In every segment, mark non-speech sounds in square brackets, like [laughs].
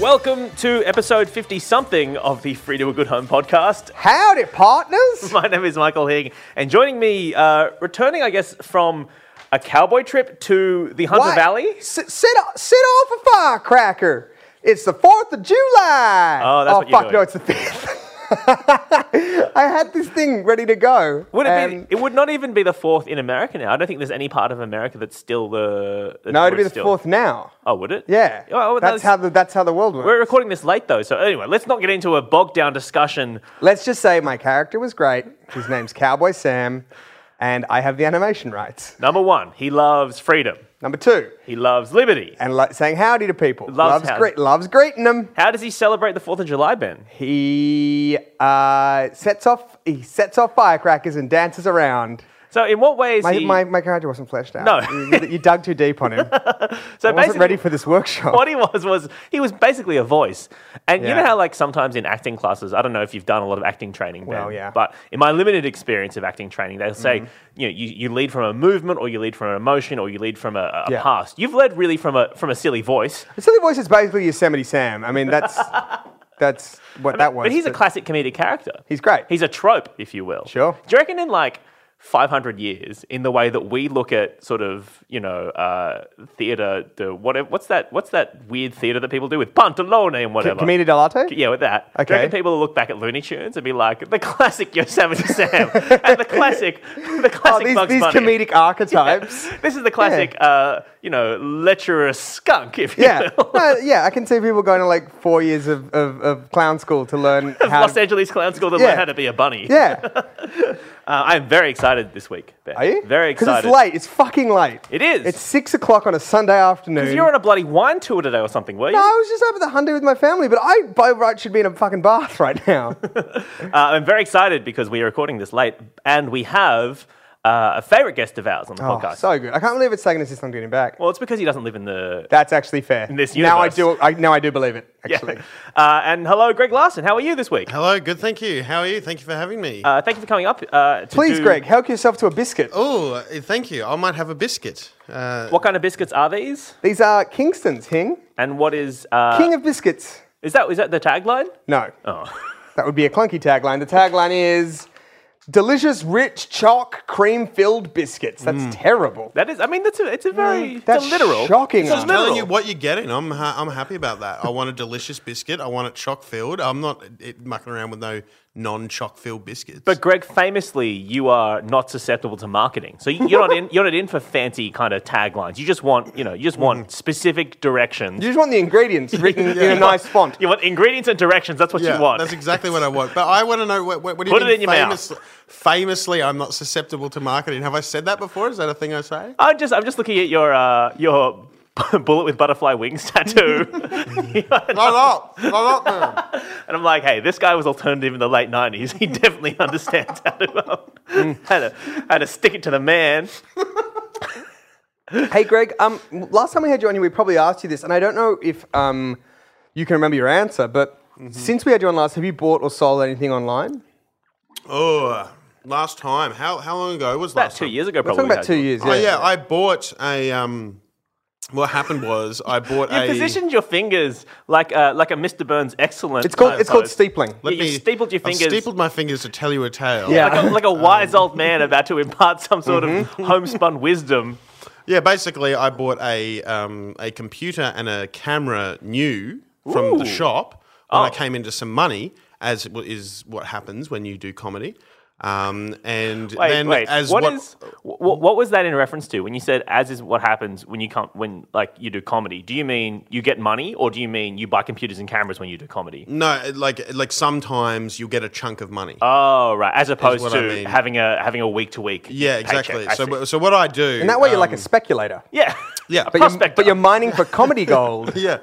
Welcome to episode 50 something of the Free to a Good Home podcast. [laughs] Howdy, partners. My name is Michael Higg, and joining me, uh, returning, I guess, from a cowboy trip to the Hunter Why- Valley. Sit, sit, o- sit off a firecracker. It's the 4th of July. Oh, that's oh what you're fuck, no, doing. it's the 5th. [laughs] I had this thing ready to go. Would it, and- be, it would not even be the fourth in America now. I don't think there's any part of America that's still the. that's No, it'd where be it's the still- 4th now. Oh, would it? Yeah. Oh, well, that's, that's- how the, that's how the world works. We're recording this late, though, so anyway, let's not get into a bogged down discussion. Let's just say my character was great. His name's Cowboy Sam, and I have the animation rights. Number one, he loves freedom, Number two, he loves liberty. and lo- saying howdy to people. Loves howdy. gre- loves greeting them. How does he celebrate the 4th of July, Ben? He uh, sets off. He sets off firecrackers and dances around. So, in what ways? My, he, my, my character wasn't fleshed out. No. you, you dug too [laughs] deep on him. so I wasn't basically- ready for this [laughs] workshop. what he was was he was basically a voice. And you Yeah. know how like sometimes in acting classes, I don't know if you've done a lot of acting training. Ben, Well, yeah. Mm-hmm. But in my limited experience of acting training, they'll say you know you, you lead from a movement, or you lead from an emotion, or you lead from a, a Yeah. past. You've led really from a from a silly voice. The silly voice is basically Yosemite Sam. I mean, [laughs] that's that's what that was. But he's a classic comedic character. He's great. He's a trope, if you will. Sure. Do you reckon in like 500 years, in the way that we look at sort of, you know, uh, theatre, the whatever, what's that, what's that weird theatre that people do with pantalone and whatever? Commedia dell'arte. Yeah, with that. Do you Okay. reckon people will look back at Looney Tunes and be like, the classic Yosemite Sam [laughs] and the classic, the Oh, classic these, Bugs these Bunny. [laughs] comedic archetypes. This is the classic, uh, you know, lecherous skunk, if you Yeah, will. [laughs] No, yeah. I can see people going to like four years of, of, of clown school [laughs] to learn how. Los To, Angeles clown school that Yeah. learn how to be a bunny. yeah, Uh, I'm very excited this week. Ben. are you? Very Because excited. it's late. It's fucking late. It is. It's six o'clock on a Sunday afternoon. you were on a bloody wine tour today or something, were you? No, I was just over the Hyundai with my family, but I by right should be in a fucking bath right [laughs] now. Uh, I'm very excited because we are recording this late and we have uh, a favourite guest of ours on the oh, podcast. so good. I can't believe it's taken us this long to get him back. well, it's because he doesn't live in the. That's actually fair. this now I universe. do. I, now I do believe it. Yeah. [laughs] Actually, Uh, and hello, Greg Larson. How are you this week? Hello, good, thank you. How are you? Thank you for having me. Uh, thank you for coming up. Uh, to please, do- Greg, help yourself to a biscuit. oh, uh, thank you. I might have a biscuit. Uh, What kind of biscuits are these? These are Kingston's Hing, And what is uh, King of biscuits. is that? Is that the tagline? No, Oh, [laughs] that would be a clunky tagline. The tagline is delicious, rich, chalk, cream-filled biscuits. That's Mm. terrible. that is. I mean, that's a. It's a very. it's Mm, that's a literal. shocking. It's a I'm literal. telling you what you're getting. I'm ha- I'm happy about that. I want a delicious biscuit. I want it chock filled. I'm not it, mucking around with no non chock filled biscuits. But Greg, famously, you are not susceptible to marketing, so you're not in. [laughs] You're not in for fancy kind of taglines. You just want, you know, you just Mm-hmm. want specific directions. You just want the ingredients [laughs] written in a nice font. You want ingredients and directions. That's what yeah, you want. that's exactly what I want. But I want to know what, what, what do you Put it mean in your mouth. famously, famously, I'm not susceptible to marketing. Have I said that before? Is that a thing I [laughs] say? I'm just. I'm just looking at your uh, your [laughs] bullet with butterfly wings [laughs] tattoo, [laughs] and Not up, not up, man. I'm like, hey, this guy was alternative in the late '90s. He [laughs] definitely understands how to um, Mm. how to how to stick it to the man. Hey, Greg. Um, last time we had you on here, we probably asked you this, and I don't know if um, you can remember your answer. But Mm-hmm. since we had you on last, have you bought or sold anything online? Oh, last time. How how long ago was About last two time? years ago, We're probably. talking about two years. Yeah. Oh yeah, I bought a um. What happened was [laughs] I bought You a positioned your fingers like uh, like a Mr. Burns excellent. It's called uh, it's called pose. steepling. Let Yeah, you stapled your I've fingers. stapled my fingers to tell you a tale. Yeah. like a, like Um, a wise old man about to impart some sort Mm-hmm. of homespun wisdom. Yeah, Basically, I bought a um, a computer and a camera new from Ooh. the shop when Oh. I came into some money, as w- is what happens when you do comedy. Um, and Wait, then wait. as what is what, what was that in reference to when you said as is what happens when you come when like you do comedy? Do you mean you get money or do you mean you buy computers and cameras when you do comedy? no, like like sometimes you'll get a chunk of money. Oh right, as opposed what to I mean. having a having a week to week. yeah, exactly. So w- so what I do, And that way, you're like a um, speculator. yeah, yeah, a but You're- prospector. but you're mining for [laughs] comedy gold. yeah.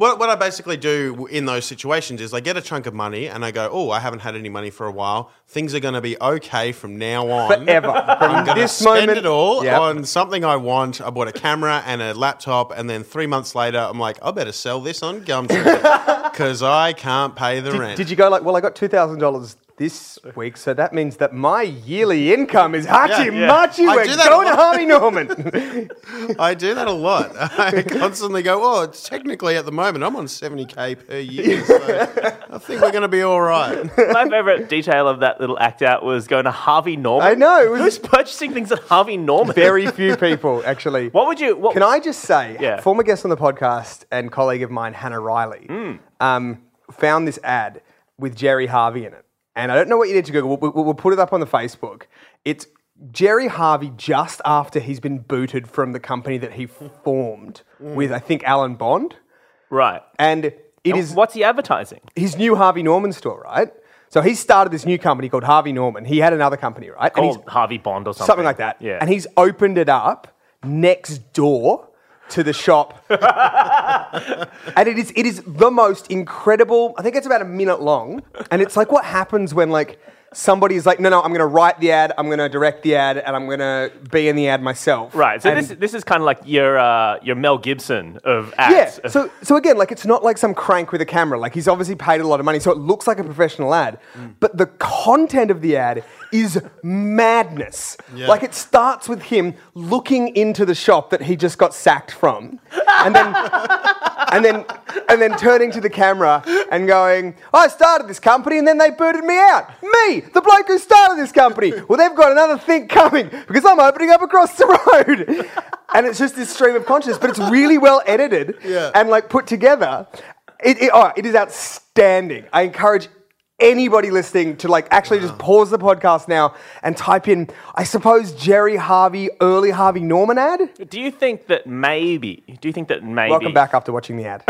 What, what I basically do w- in those situations is I get a chunk of money and I go, oh, I haven't had any money for a while. Things are going to be okay from now on. [laughs] Forever. I'm From going to this spend moment it all Yep. on something I want. I bought a camera and a laptop, and then three months later, I'm like, I better [laughs] sell this on Gumtree because I can't pay the rent. Did you go like, well, I got two thousand dollars this week. So that means that my yearly income is hachi Yeah, yeah. machi. I We're do that a going to lot. Harvey [laughs] Norman. I do that a lot. [laughs] [laughs] I constantly go, oh, it's technically at the moment I'm on 70K per [laughs] year. So I think we're going to be all right. [laughs] My favorite detail of that little act out was going to Harvey Norman. I know, it was- Who's purchasing things at Harvey Norman? Very few people actually. What would you? What, Can I just say, Yeah. former guest on the podcast and colleague of mine, Hannah Riley, Hmm. um, found this ad with Jerry Harvey in it. And I don't know what you need to Google. We'll, we'll, we'll put it up on the Facebook. It's Jerry Harvey just after he's been booted from the company that he formed Hmm. with, I think, Alan Bond. [laughs] Right. And it is What's he advertising? his new Harvey Norman store, right? So he started this new company called Harvey Norman. He had another company, right? And he's- Called Oh, Harvey Bond or something. something like that. Yeah. And he's opened it up next door to [laughs] the shop. and it is it is the most incredible. I think it's about a minute long, and it's like what happens when like somebody is like, no, no, I'm going to write the ad, I'm going to direct the ad, and I'm going to be in the ad [laughs] myself. Right. So And- this this is kind of like your uh, your Mel Gibson of Yeah. acts. So so again, like it's not like some crank with a camera. Like he's obviously paid a lot of money, so it looks like a professional ad. But the content of the ad is madness. Yeah. Like it starts with him looking into the shop that he just got sacked from, and then and then and then turning to the camera and going, "I started this company and then they booted me out. Me, the bloke who started this company. Well, they've got another thing coming because I'm opening up across the road." And it's just this stream of consciousness, but it's really well edited Yeah. and like put together. It, it, oh, it is outstanding. I encourage anybody listening to like actually just pause the podcast now and type in, I suppose Jerry Harvey, early Harvey Norman ad. do you think that maybe? Do you think that maybe? Welcome back after watching the ad.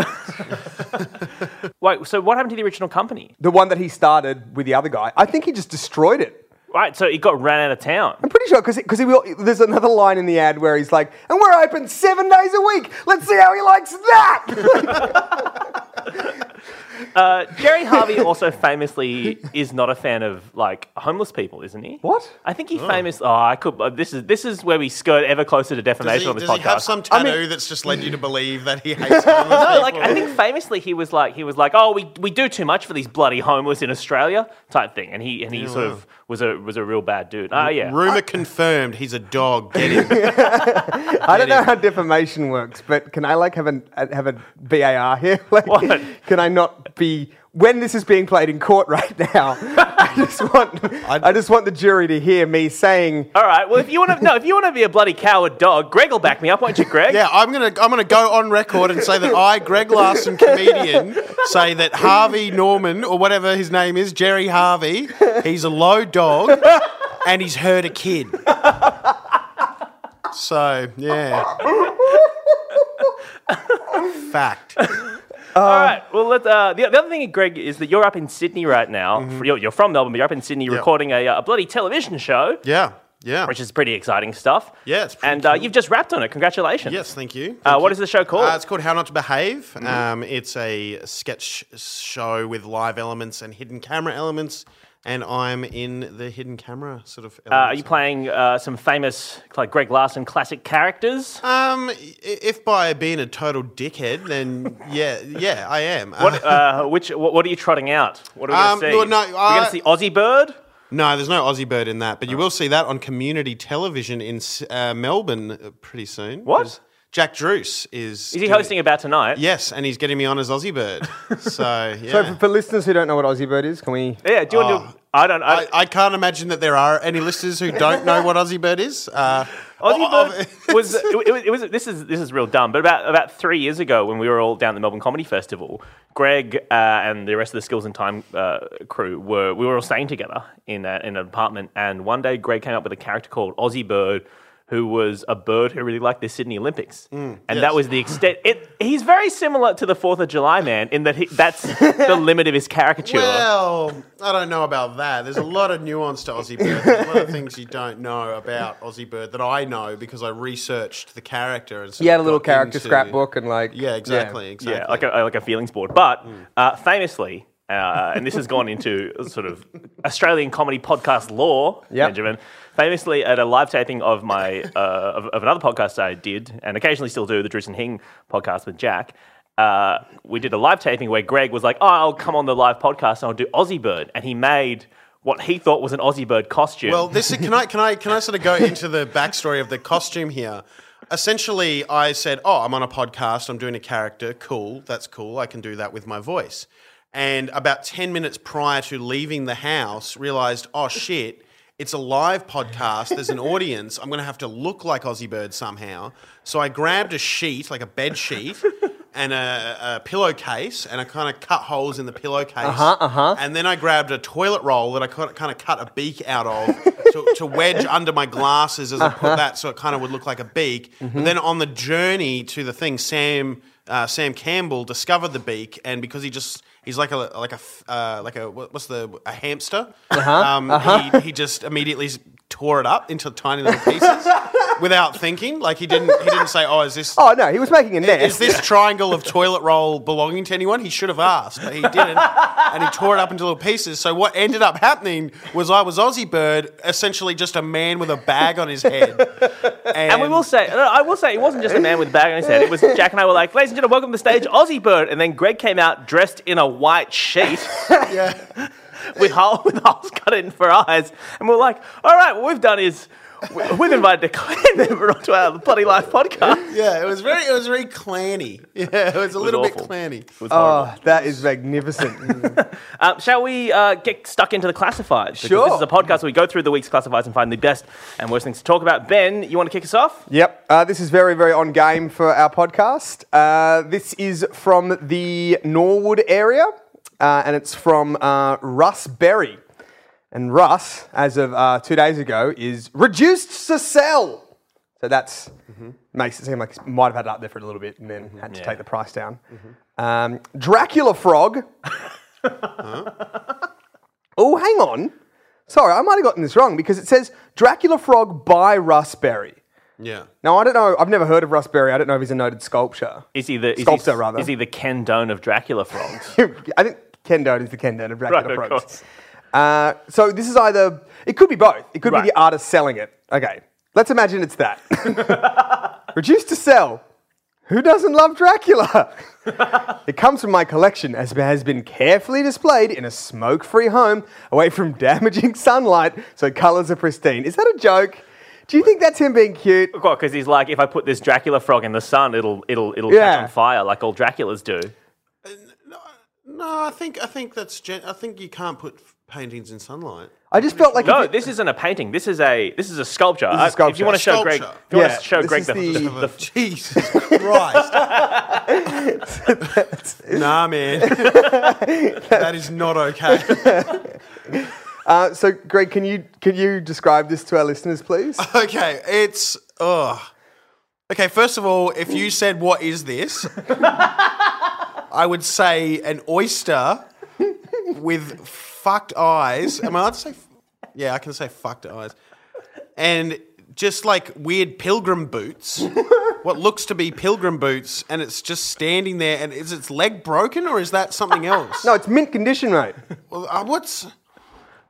Wait. So what happened to the original company? The one that he started with the other guy. I think he just destroyed it. Right. So it got ran out of town. I'm pretty sure because he will. There's another line in the ad where he's like, "And we're open seven days a week. Let's see how he likes that." [laughs] Uh, Jerry Harvey also famously is not a fan of like homeless people, isn't he? What? I think he famous. Oh, I could. Uh, this is this is where we skirt ever closer to Does defamation he, on this does he podcast. have some I tattoo mean- that's just led you to believe that he hates homeless No, people? like I think famously he was like he was like, oh, we, we do too much for these bloody homeless in Australia type thing, and he and he sort of was a was a real bad dude. Oh yeah, Rumor confirmed he's a dog. Get him. I don't know how defamation works, but can I like have an uh, have a VAR here? [laughs] Like, What? can I not be when this is being played in court [laughs] right now? I just [laughs] want I just want the jury to hear me saying. All right. Well, if you want to, no, if you want to be a bloody coward dog, Greg will back me up, won't you, Greg? Yeah, I'm gonna I'm gonna go on record and say that I, Greg Larson, comedian, say that Harvey Norman or whatever his name is, Jerry Harvey, he's a low dog, and he's hurt a kid. So yeah, fact. All right. Well, let, uh, the, the other thing, Greg, is that you're up in Sydney right now. Mm-hmm. You're, you're from Melbourne, but you're up in Sydney recording a, uh, a bloody television show, Yeah, yeah. which is pretty exciting stuff. Yeah, it's pretty and uh, you've just wrapped on it. Congratulations. Yes, thank you. Thank Uh, what you. is the show called? Uh, it's called How Not to Behave. Um, it's a sketch show with live elements and hidden camera elements, and I'm in the hidden camera sort of. uh, are you Elements. playing uh, some famous, like Greg Larson classic [laughs] characters? um, i- if by being a total [laughs] dickhead, then yeah, yeah, I am. Uh, What, uh, which, what, what are you trotting out? What are we going Um, to see? well, no, We're going I- to see Aussie Bird. [laughs] no, there's no Aussie bird in that, but you Oh. will see that on community television in S- uh, Melbourne uh, pretty soon. What? 'cause Jack Druce is. Is he hosting about tonight? Yes, and he's getting me on as Aussie bird. [laughs] So yeah. So for, for listeners who don't know what Aussie Bird is, can we? Yeah. Do you want to? I don't. I, Oh. I, I can't imagine that there are any listeners who don't know what Aussie Bird is. Uh, Aussie oh, [laughs] Bird oh, was it, was it was this is this is real dumb. But about about three years ago, when we were all down at the Melbourne Comedy Festival, Greg uh, and the rest of the Skills and Time uh, crew were we were all staying together in a, in an apartment, and one day Greg came up with a character called Aussie Bird. Who was a bird who really liked the Sydney Olympics, and that Mm, yes. was the extent. It, he's very similar to the Fourth of July man in that he, [laughs] that's the limit of his caricature. well, I don't know about that. There's a lot of nuance to Aussie Bird. There's a lot of things you don't know about Aussie Bird that I know because I researched the character. And sort He had a of little got character into- scrapbook and like Yeah, exactly, exactly. Yeah, like a like a feelings board. But uh, famously, uh, and this has gone into sort of Australian comedy podcast lore, Yep. Benjamin. Famously, at a live taping of my uh, of, of another podcast I did, and occasionally still do, the Drews and Hing podcast with Jack. Uh, we did a live taping where Greg was like, "Oh, I'll come on the live podcast and I'll do Aussie Bird," and he made. what he thought was an Aussie bird costume. Well, this is, can I can I can I sort of go into the backstory of the costume here? Essentially, I said, "Oh, I'm on a podcast. I'm doing a character. Cool, that's cool. I can do that with my voice." And about ten minutes prior to leaving the house, realized, "Oh shit." It's a live podcast. There's an audience. I'm going to have to look like Aussie Bird somehow. So I grabbed a sheet, like a bed sheet, and a, a pillowcase, and I kind of cut holes in the pillowcase. Uh-huh, uh-huh. And then I grabbed a toilet roll that I kind of cut a beak out of [laughs] to, to wedge under my glasses as I put that, so it kind of would look like a beak. But then on the journey to the thing, Sam uh, Sam Campbell discovered the beak, and because he just he's like a like a f- uh, like a what- what's the a hamster, um, He, he just immediately s- tore it up into tiny little pieces [laughs] without thinking. Like he didn't he didn't say, "Oh, is this Oh no, he was making a nest. is this triangle of toilet roll belonging to anyone? He should have asked, but he didn't. and he tore it up into little pieces. So what ended up happening was I was Aussie Bird, essentially just a man with a bag on his head. And, and we will say, no, I will say, it wasn't just a man with a bag on his head. It was Jack and I were like, ladies and gentlemen, welcome to the stage, Aussie Bird. And then Greg came out dressed in a white [laughs] sheet Yeah. with, hole, with holes cut in for eyes. And we are like, all right, what we've done is we- we've invited a clan [laughs] member onto our Bloody Life podcast. Yeah, it was very it was very clanny. [laughs] Yeah, it was a little awful. bit clanny. It was oh, horrible. that is magnificent. Um, shall we uh, get stuck into the classifieds? Because Sure. This is a podcast where we go through the week's classifieds and find the best and worst things to talk about. Ben, you want to kick us off? Yep. Uh, this is very, very on game for our podcast. Uh, this is from the Norwood area, uh, and it's from uh, Russ Berry. And Russ, as of uh, two days ago, is reduced to sell. So that's makes it seem like it might have had it up there for a little bit, and then had to Yeah. take the price down. Um, Dracula Frog. Oh, hang on. Sorry, I might have gotten this wrong because it says Dracula Frog by Russ Berry. Yeah. Now I don't know. I've never heard of Russ Berry. I don't know if he's a noted sculptor. Is he the is Sculptor, he, rather. Is he the Ken Doan of Dracula frogs? [laughs] I think Ken Doan is the Ken Doan of Dracula Right, of Frogs. Uh, so this is either. It could be both. It could Right. be the artist selling it. Okay, let's imagine it's [laughs] that. Reduced to sell. Who doesn't love [laughs] Dracula? it comes from my collection as it has been carefully displayed in a smoke free home away from damaging sunlight so colours are pristine. Is that a joke? Do you think that's him being cute? because he's like, if I put this Dracula frog in the sun, it'll it'll it'll Yeah. catch on fire like all Draculas do. No, I think I think that's gen- I think you can't put f- paintings in sunlight. I just felt like. if No, it- this isn't a painting. This is a this is a sculpture. a Uh, If sculpture. you want to show Greg, if Sculpture. you Yeah, want to show this Greg is the, the- the, the Jesus Christ. nah, [laughs] man. that is not okay. Uh, so, Greg, can you can you describe this to our listeners, please? [laughs] Okay, it's ugh. Okay, first of all, if you said what is this, I would say an oyster with fucked eyes. Am I allowed to say? f- Yeah, I can say fucked eyes, and just like weird pilgrim boots. What looks to be pilgrim boots, and it's just standing there. And is its leg broken, or is that something else? No, it's mint condition, mate. Well, uh, what's if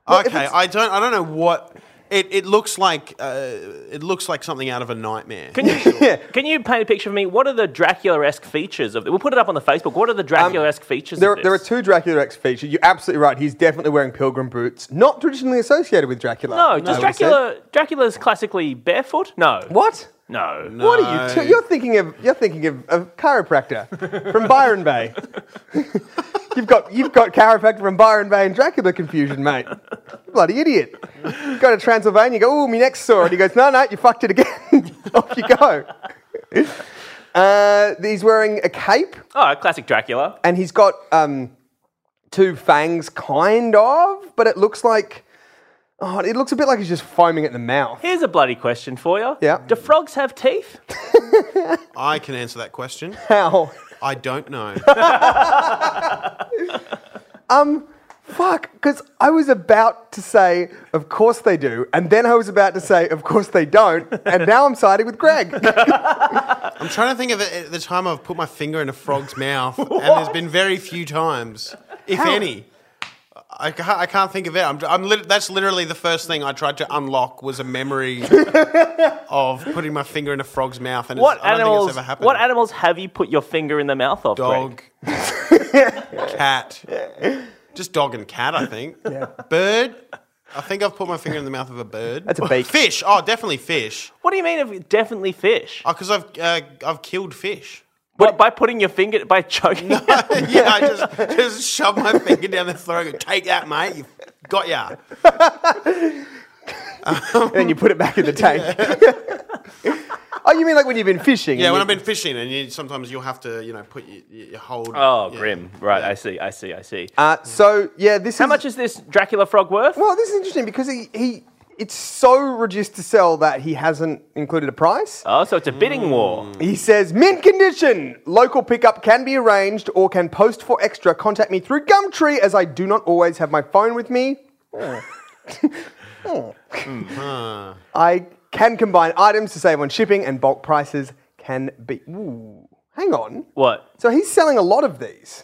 okay? it's- I don't. I don't know what it. It looks like. Uh, it looks like something out of a nightmare. [laughs] can [laughs] you can you paint a picture for me? What are the Dracula-esque features of? We'll put it up on the Facebook. What are the Dracula-esque features? Um, There, of this? there are two Dracula X features. You're absolutely right. He's definitely wearing pilgrim boots, not traditionally associated with Dracula. No, I does would have said. Dracula Dracula's classically barefoot? No. What? No. What are you? No. T- you're thinking of you're thinking of a chiropractor from Byron Bay. [laughs] you've got you've got chiropractor from Byron Bay and Dracula confusion, mate. Bloody idiot. Go to Transylvania. You go. Oh, my neck's sore, and he goes, No, no, you fucked it again. [laughs] Off you go. Uh, he's wearing a cape Oh, classic Dracula. and he's got um, two fangs, kind of, but it looks like oh, it looks a bit like he's just foaming at the mouth. [laughs] Here's a bloody question for you. Yeah. Do frogs have [laughs] teeth? I can answer that question. How? I [laughs] don't know. Fuck, because I was about to say, of course they do, and then I was about to say, of course they don't, and now I'm siding with Greg. [laughs] I'm trying to think of it at the time I've put my finger in a frog's mouth, and there's been very few times, if How- any. I can't, I can't think of it. I'm, I'm lit- that's literally the first thing I tried to unlock was [laughs] a memory of putting my finger in a frog's mouth, and What it's, I don't animals? think it's ever happened. What animals have you put your finger in the mouth of? Greg? dog, [laughs] cat, just dog and cat. I think bird. I think I've put my finger in the mouth of a bird. That's a beak. Fish. Oh, definitely fish. What do you mean? If definitely fish? Oh, because I've uh, I've killed fish. [laughs] What, by putting your finger by choking? it? yeah, I just just shove my finger down the throat and go, take that, mate. You got ya. and then you put it back in the tank. oh, you mean like when you've been fishing? Yeah, and when you- I've been fishing, and you, sometimes you'll have to, you know, put your, your your hold. Oh, yeah. Um, grim. Right, I see, I see, I see. Uh, so yeah, this How is much is this Dracula frog worth? well, this is interesting because he, he it's so reduced to sell that he hasn't included a price. Oh, so it's a bidding Hmm. war. He says, mint condition. Local pickup can be arranged or can post for extra. Contact me through Gumtree as I do not always have my phone with me. [laughs] [laughs] I can combine items to save on shipping and bulk prices can be. Ooh, hang on. What? So he's selling a lot of these.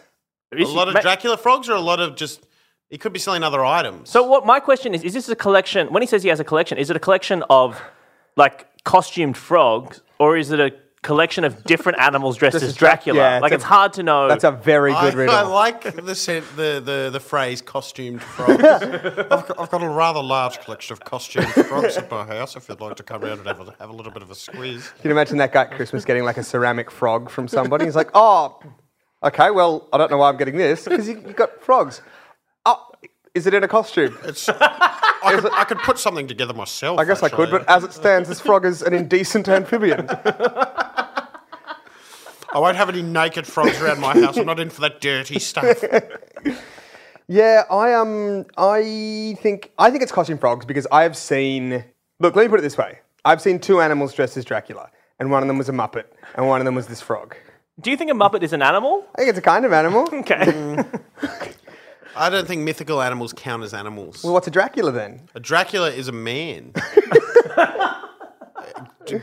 A lot of Dracula frogs, or a lot of just. He could be selling other items. So what my question is, is this a collection when he says he has a collection, is it a collection of like costumed frogs or is it a collection of [laughs] different animals dressed as as Drac- Dracula? yeah, it's like a- it's hard to know. That's a very I, good riddle. I like the, sen- the the the phrase "costumed [laughs] frogs." I've, got, I've got a rather large collection of costumed frogs at my house. If you'd like to come round and have a, have a little bit of a squeeze, Can you imagine that guy at Christmas getting like a ceramic frog from somebody? He's like, oh, okay, well, I don't know why I'm getting this because you, you got frogs. Oh, is it in a costume? it's I could, I could put something together myself. I guess I could, but as it stands, this frog is an indecent [laughs] amphibian. uh, I won't have any naked frogs around my house. I'm not in for that dirty [laughs] stuff. Yeah, I um, I think I think it's costume frogs because I have seen. Look, let me put it this way: I've seen two animals dressed as Dracula, and one of them was a muppet, and one of them was this frog. Do you think a Muppet is an animal? I think it's a kind of [laughs] animal. Well, Okay. I don't think mythical animals count as animals. what's a Dracula then? A Dracula is [laughs] a man.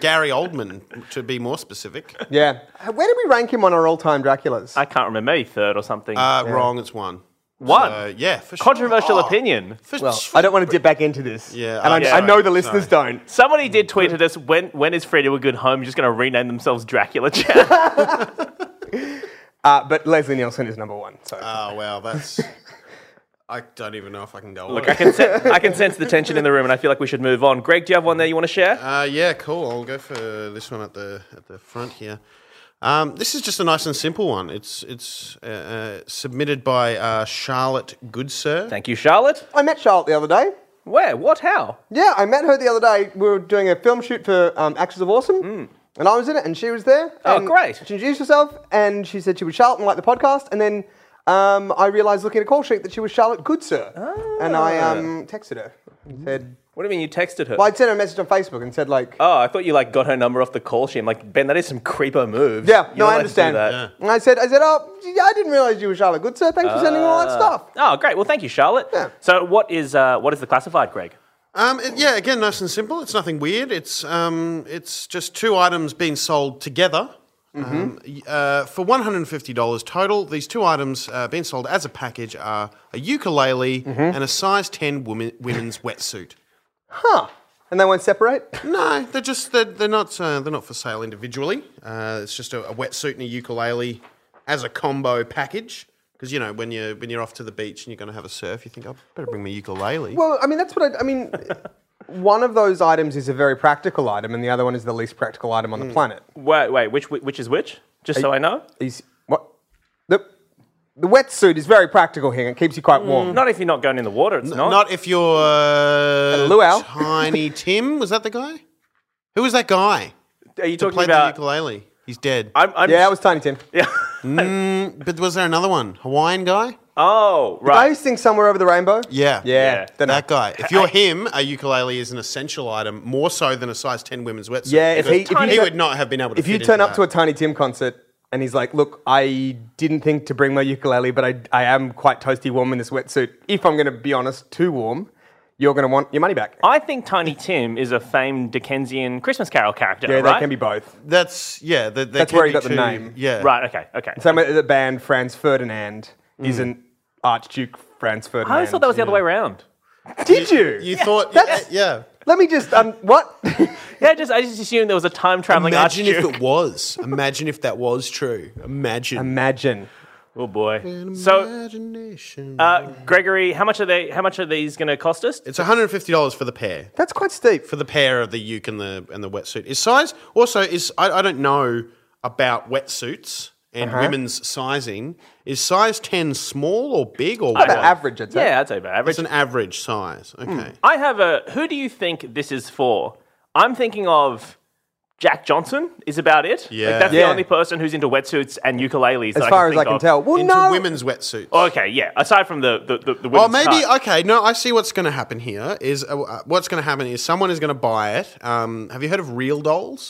Gary Oldman, to be more specific. Yeah, Uh, where did we rank him on our all-time [laughs] Draculas? I can't remember, maybe third or something. Uh, Wrong, it's one. One? So, yeah, for sure. Controversial Oh, opinion. for well, sure. I don't want to dip back into this. Yeah, and I, okay. I know the Sorry, listeners don't. Somebody did tweet at us when when is Frida a good home? Just going to rename themselves Dracula Chat. Uh, but Leslie Nielsen is number one. So Oh, wow, that's. I don't even know if I can go Look, on. I can sen- I can sense the tension in the room, and I feel like we should move on. Greg, do you have one there you want to share? Uh, yeah, cool. I'll go for this one at the at the front here. Um, this is just a nice and simple one. It's it's uh, uh, submitted by uh, Charlotte Goodsir. Thank you, Charlotte. I met Charlotte the other day. Where? What? How? Yeah, I met her the other day. We were doing a film shoot for um, Actors of Awesome. And I was in it, and she was there. Hmm. Oh, and great. She introduced herself, and she said she was Charlotte and liked the podcast. And then um, I realised looking at a call sheet that she was Charlotte Goodsir. And I Ah. um, texted her. and Said, What do you mean you texted her? well, I'd sent her a message on Facebook and said, like, Oh, I thought you like got her number off the call sheet. I'm like, Ben, that is some creepo moves. yeah, You're no, I not allowed to do understand. that. And I said, I said, oh, gee, I didn't realise you were Charlotte Goodsir. Thanks for sending all that stuff. Oh, great. Well, thank you, Charlotte. Yeah. So, what is uh, what is the classified, Greg? Um, it- yeah, again, nice and simple. It's nothing weird. It's um, it's just two items being sold together. Um, y- uh, for one hundred and fifty dollars total, these two items uh, being sold as a package are a ukulele and a size ten woman, women's wetsuit. Huh. And they won't separate? No, they're just they're, they're not uh, they're not for sale individually. Uh, it's just a, a wetsuit and a ukulele as a combo package. Because you know when you when you're off to the beach and you're going to have a surf, you think I better bring my ukulele. Well, I mean, that's what I, [laughs] I mean. one of those items is a very practical item, and the other one is the least practical item on Hmm. the planet. Wait, wait. Which which is which? Just so I know. Is what the the wetsuit is very practical here. It keeps you quite warm. Mm. Not if you're not going in the water. It's not. Not if you're uh, luau. [laughs] Tiny Tim was that the guy? Who was that guy? Are you Who talking played about? the ukulele. He's dead. I'm, I'm Yeah, it was Tiny Tim. but was there another one? Hawaiian guy? [laughs] Oh, I right. used to sing somewhere over the rainbow. Yeah. yeah, Yeah. Don't know. That guy. If you're him, a ukulele is an essential item more so than a size 10 women's wetsuit. Yeah, if he- if Because you he turn- would not have been able to If you fit turn into up to a that. Tiny Tim concert and he's like, "Look, I didn't think to bring my ukulele, but I I am quite toasty warm in this wetsuit. If I'm going to be honest, too warm, you're going to want your money back." I think Tiny Tim is a famed Dickensian Christmas Carol character. Yeah, right? they can be both. That's yeah, there- there That's can where he be got the name. Yeah. Right. Okay. Okay. Same with the band Franz Ferdinand isn't Archduke Franz Ferdinand. Mm. I always thought that was the other way around. Did you? You thought That's- yeah. Let me just um what? [laughs] Yeah, I just I just assumed there was a time traveling Imagine archduke. Um, if it was. Imagine if that was true. Imagine. Imagine. Oh boy. So, Imagination. uh, Gregory, how much are they? How much are these going to cost us? it's $150 for the pair. That's quite steep. for the pair of the uke and the and the wetsuit. Is size also is I, I don't know about wetsuits and Uh-huh. women's sizing. Is size ten small or big or what? About average, I'd say. Yeah, I'd say about average. It's an average size. Hmm. Okay. I have a. Who do you think this is for? I'm thinking of Jack Johnson. Is about it. Like, Yeah. that's Yeah. the only person who's into wetsuits and ukuleles. As that far I as I can think tell. of. Well, Into no. women's wetsuits. Okay, yeah. Aside from the the the, the Oh, women's Well, Oh, maybe part. okay. No, I see what's going to happen here. Is uh, uh, what's going to happen is someone is going to buy it. Um, have you heard of real [laughs] dolls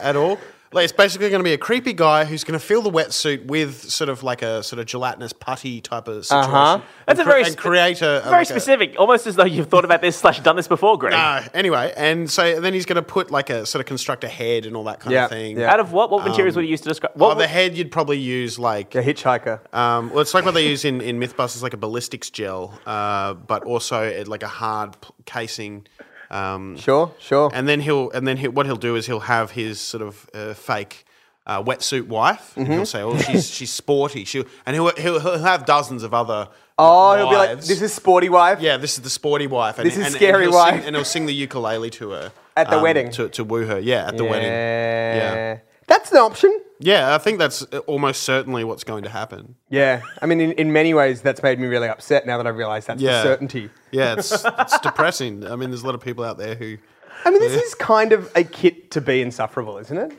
at all? Like, it's basically going to be a creepy guy who's going to fill the wetsuit with sort of like a sort of gelatinous putty type of situation. Uh-huh. and That's a cre- very and spe- create a, a- very like a- specific. Almost as though you've thought about this slash done this before, Greg. No, anyway, and so and then he's going to put like a sort of construct a head and all that kind Yeah, of thing. yeah. Out of what? What materials would you use to describe? What Oh, Um, the would- head you'd probably use like A hitchhiker. um, well, it's like what they use in, in MythBusters, like a ballistics gel, uh, but also it, like a hard p- casing. Um, Sure, sure. And then he'll and then he what he'll do is he'll have his sort of uh, fake. Uh, wetsuit wife, and Mm-hmm. he'll say, [laughs] "Oh, she's she's sporty." She and he'll, he'll he'll have dozens of other. oh, he'll be like, wives. this is sporty wife. Yeah, this is the sporty wife. And, This is and, scary and he'll wife. Sing, and he'll sing the ukulele to her um, At the wedding. to, to woo her. Yeah, at the yeah. wedding. Yeah. That's an option. Yeah, I think that's uh, almost certainly what's going to happen. Yeah. I mean, in, in many ways, that's made me really upset now that I realise that's Yeah, the certainty. Yeah, it's [laughs] it's depressing. I mean, there's a lot of people out there who. I mean, this is kind of a kit to be insufferable, isn't it?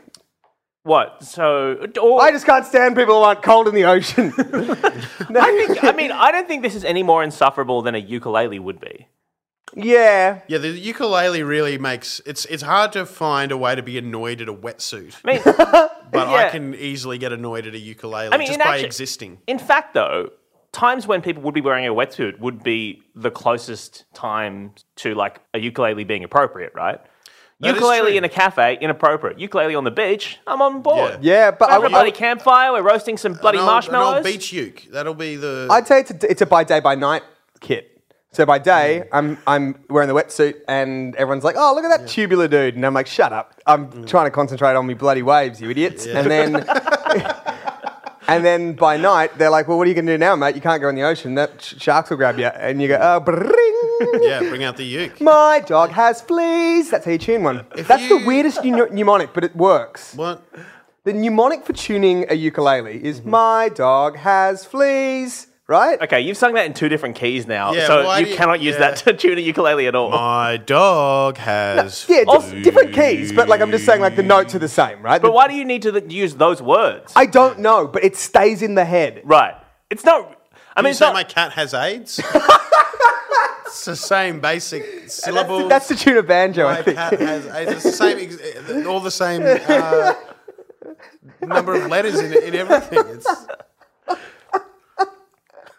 what? So, or, I just can't stand people who aren't cold in the ocean. [laughs] I think- I mean, I don't think this is any more insufferable than a ukulele would be. yeah. Yeah, the ukulele really makes it's it's hard to find a way to be annoyed at a wetsuit, I mean, [laughs] but yeah. I can easily get annoyed at a ukulele I mean, just in by actu- existing. In fact, though, times when people would be wearing a wetsuit would be the closest time to like a ukulele being appropriate, right? That is ukulele true. in a cafe, inappropriate. Ukulele on the beach, I'm on board. Yeah. Yeah, but We're having I, a bloody I, campfire, we're roasting some bloody An old- an marshmallows. old beach uke. That'll be the. I'd say it's a, it's a by day, by night kit. So by Mm. day, I'm, I'm wearing the wetsuit and everyone's like, oh, look at that tubular dude. And I'm like, shut up. I'm Mm. trying to concentrate on me bloody waves, you idiots. And [laughs] then... [laughs] And then by night, they're like, well, what are you going to do now, mate? You can't go in the ocean. That sh- sharks will grab you. And you go, oh, bring. Mm. [laughs] yeah, bring out the [laughs] uke. My dog has fleas. That's how you tune one. That's the you- [laughs] weirdest mnemo- mnemonic, but it works. What? The mnemonic for tuning a ukulele Mm-hmm. is "My dog has fleas," right? Okay, you've sung that in two different keys now, Yeah, so why you do you- cannot use yeah. that to tune a ukulele at all. My dog has. Yeah, just different keys, but like I'm just saying, like the notes are the same, right? Oh. But why do you need to th- use those words? I don't know, but it stays in the head. right. It's not. I mean, you it's say not. my cat [laughs] has AIDS? it's the same basic That's syllables. the, that's the tune of banjo. I my think. cat has AIDS. It's the same, ex- all the same uh, number of letters in, in everything. It's,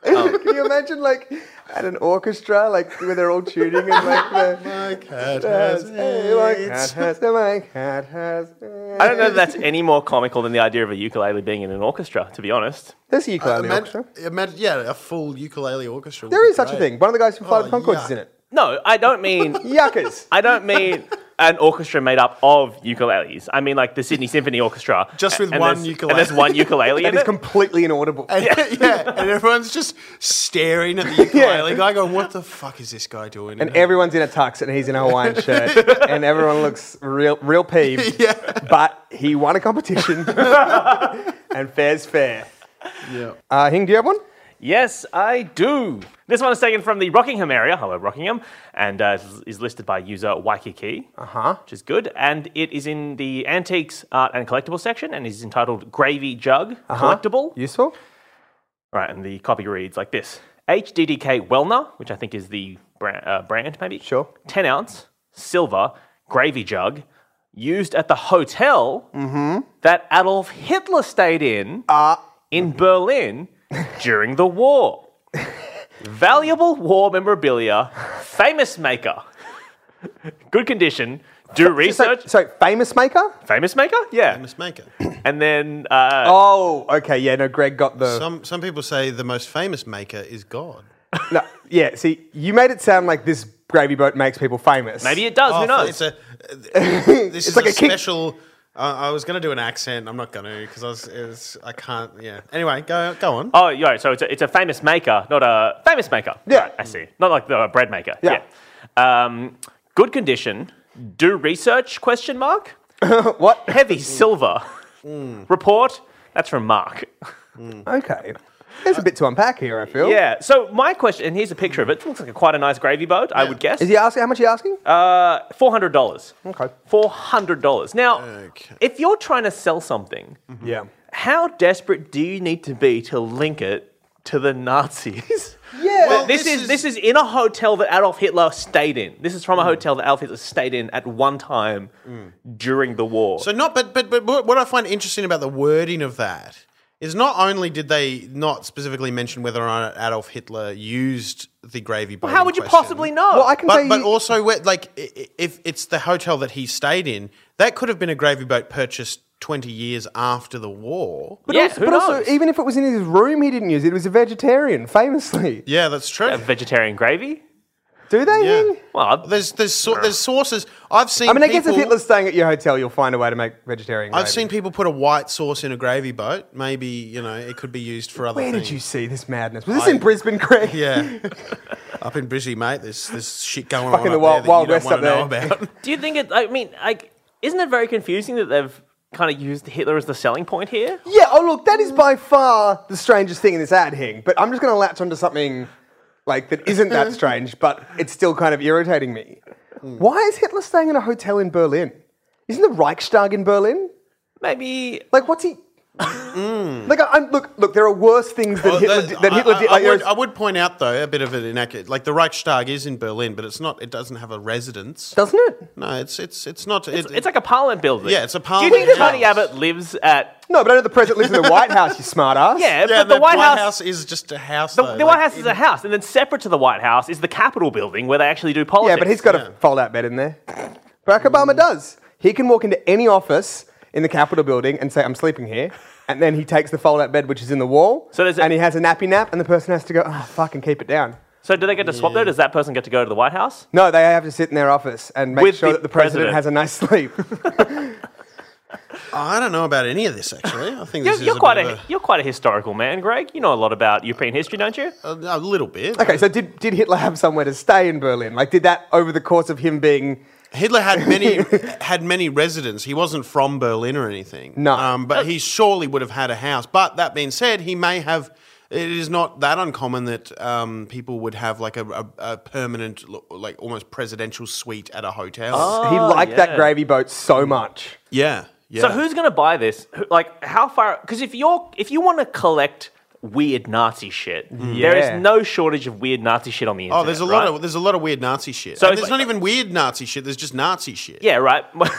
Oh. [laughs] Can you imagine like at an orchestra, like where they're all tuning and like the. my cat Has, has hey, my cat AIDS. [laughs] has, my cat has. I don't know that that's any more comical than the idea of a ukulele being in an orchestra. To be honest, There's a ukulele orchestra. Imagine, imagine, yeah, a full ukulele orchestra. There is such a thing. One of the guys from Flight Oh, of Concords is yuck. in it. no, I don't mean [laughs] Yuckers. I don't mean an orchestra made up of ukuleles. I mean like the Sydney Symphony Orchestra. Just with and one there's- ukulele. And there's one [laughs] ukulele in That is it. completely inaudible. [laughs] yeah. and everyone's just staring [laughs] at the ukulele guy, going, "Oh, "What the fuck is this guy doing?" And everyone's in a tux and he's in a [laughs] Hawaiian shirt. and everyone looks real real peeved. But he won a [laughs] competition. and fair's fair. yeah. Uh, Hing, do you have one? yes, I do. This one is taken from the Rockingham area. Hello, Rockingham, and uh, is- is listed by user Waikiki, uh-huh. which is good. And it is in the antiques, art, and collectible section, and is entitled "Gravy Jug Uh-huh. Collectible." Useful? All Right, and the copy reads like this HDDK Wellner, which I think is the brand, uh, brand maybe. Sure. 10 ounce, silver, gravy jug, used at the hotel Mm-hmm. that Adolf Hitler stayed in Uh. in Berlin during the war. Valuable war memorabilia, famous maker. Good condition. Do So, research. so famous maker? famous maker? Yeah. Famous maker. And then uh, Oh, okay. Yeah, no, Greg got the. Some some people say the most famous maker is God. no, yeah, see, you made it sound like this gravy boat makes people famous. maybe it does. [laughs] Oh, Who knows? It's a, this is like a, a king- special I, I was going to do an accent. I'm not going to because I was, it was. I can't. Yeah. Anyway, go go on. Oh, yeah. So it's a, it's a famous maker, not a famous maker. Yeah. Right, I see. Not like the bread maker. Yeah. Yeah. Um, good condition. Do research? Question mark. [laughs] What? [laughs] Mm. Heavy silver. Report. That's from Mark. Okay. There's a bit to unpack here, I feel. Yeah. So my question, and here's a picture of it. looks like a, quite a nice gravy boat, I would guess. Is he asking how much are you asking? Uh, four hundred dollars. Okay. Four hundred dollars. Now, Okay. if you're trying to sell something, yeah. how desperate do you need to be to link it to the [laughs] Nazis? Yeah. Well, this, This is, is- this is in a hotel that Adolf Hitler stayed in. This is from a hotel that Adolf Hitler stayed in at one time during the war. So not, but but but what what I find interesting about the wording of that is not only did they not specifically mention whether or not Adolf Hitler used the gravy boat. how in would you question, possibly know? well, I can But say. but you- also where, like i- i- if it's the hotel that he stayed in, that could have been a gravy boat purchased twenty years after the war. but Yeah, also, who but also, knows? even if it was in his room, he didn't use it. It was a vegetarian, famously. yeah, that's true. a vegetarian gravy? Do they? Yeah. Hing? Well, There's there's so, there's sources I've seen. I mean, I guess people, if Hitler's staying at your hotel, you'll find a way to make vegetarian. I've gravy. seen people put a white sauce in a gravy boat. Maybe you know it could be used for other. Where things. did you see this madness? Was this I- in Brisbane, Craig? [laughs] Yeah, up in Brisbane, mate. There's there's shit going Fucking the on up Wild- there that Wild you West don't up want to know [laughs] about. do you think it, I mean, like, isn't it very confusing that they've kind of used Hitler as the selling point here? Yeah. Oh, look, that is by far the strangest thing in this ad, Hing. But I'm just going to latch onto something like that isn't [laughs] that strange, but it's still kind of irritating me. Why is Hitler staying in a hotel in Berlin? Isn't the Reichstag in Berlin? Maybe Like, what's he? Like, I- I'm, look, look. There are worse things that Well, Hitler Mm. Oh, that- did, that I- Hitler I, did. I Like, would, there's- I would point out though a bit of an inaccurate. Like the Reichstag is in Berlin, but it's not. It doesn't have a residence. doesn't it? no, it's it's it's not. It's, it's like a parliament building. Yeah, it's a Do you parliament think Tony house. Abbott lives at? No, but I know the president lives in the White House. You smart ass. Yeah, yeah, but the, White, House. is just a house. the, though. the Like, White House is a house, and then separate to the White House is the Capitol building where they actually do politics. Yeah, but he's got Yeah. a fold-out bed in there. Barack Obama does. He can walk into any office in the Capitol building and say, "I'm sleeping here," and then he takes the fold-out bed, which is in the wall, So there's a- and he has a nappy nap, and the person has to go, "Ah, fucking keep it down." So do they get to swap though? Does that person get to go to the White House? No, they have to sit in their office and make With sure the that the president, president. has a nice sleep. [laughs] I don't know about any of this actually. I think You're, this you're is quite a, a, bit you're quite a historical man, Greg. You know a lot about European history, don't you? of a, a, a little bit. okay, so did, did Hitler have somewhere to stay in Berlin? Like, did that over the course of him being? Hitler had many had many residents. He wasn't from Berlin or anything. No. um, Uh, but he surely would have had a house. But that being said, he may have. It is not that uncommon that um, people would have like a, a, a permanent, lo- like almost presidential suite at a hotel. he liked that yeah. gravy boat so much. Yeah, yeah. Oh. So who's going to buy this? Who- Like how far? Because if you're if you want to collect weird Nazi shit, there Yeah. is no shortage of weird Nazi shit on the internet. Mm. Oh, there's a lot right? of there's a lot of weird Nazi shit. So So it's there's like- not even weird Nazi shit. There's just Nazi shit. yeah, right. [laughs] well,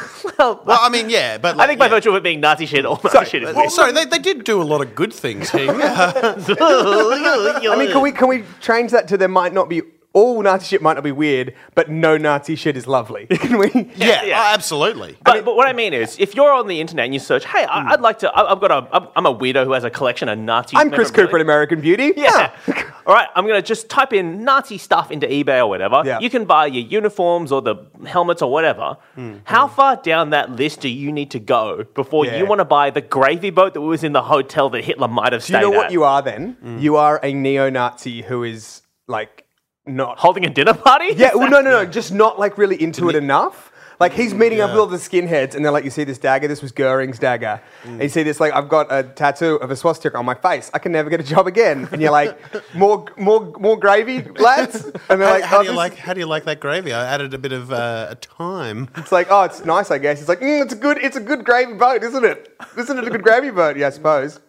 Well, I mean, yeah, but I like, think by yeah. virtue of it being Nazi shit, all Nazi shit is Well, weird. sorry, they, they did do a lot of good things. [laughs] [laughs] oh, Hing. I mean, can we can we change that to there might not be all Nazi shit might not be weird, but no Nazi shit is lovely? [laughs] Can we? yeah, yeah. oh, absolutely. But, but what I mean is, if you're on the internet and you search, hey, I, Hmm. I'd like to, I, I've got a, I'm, I'm a weirdo who has a collection of Nazi. I'm Chris Cooper in American Beauty. [laughs] Yeah. [laughs] All right, I'm going to just type in Nazi stuff into eBay or whatever. Yeah. You can buy your uniforms or the helmets or whatever. Mm-hmm. How far down that list do you need to go before Yeah. you want to buy the gravy boat that was in the hotel that Hitler might have Do stayed you know what at? you are then? Mm. You are a neo-Nazi who is like not. Holding a dinner party? Yeah. [laughs] Well, no, no, no. Just not like really into it enough. Like he's meeting up with all the skinheads, and they're like, "You see this dagger? This was Goering's dagger. Mm. And you see this? Like, I've got a tattoo of a swastika on my face. I can never get a job again." And you're like, "More, more, more gravy, lads." And they're How, like, how "Oh, do you this- like how do you like that gravy? I added a bit of uh, a time. It's like, oh, it's nice, I guess. It's like, mm, it's a good, it's a good gravy boat, isn't it? Isn't it a good gravy boat? Yeah, I suppose.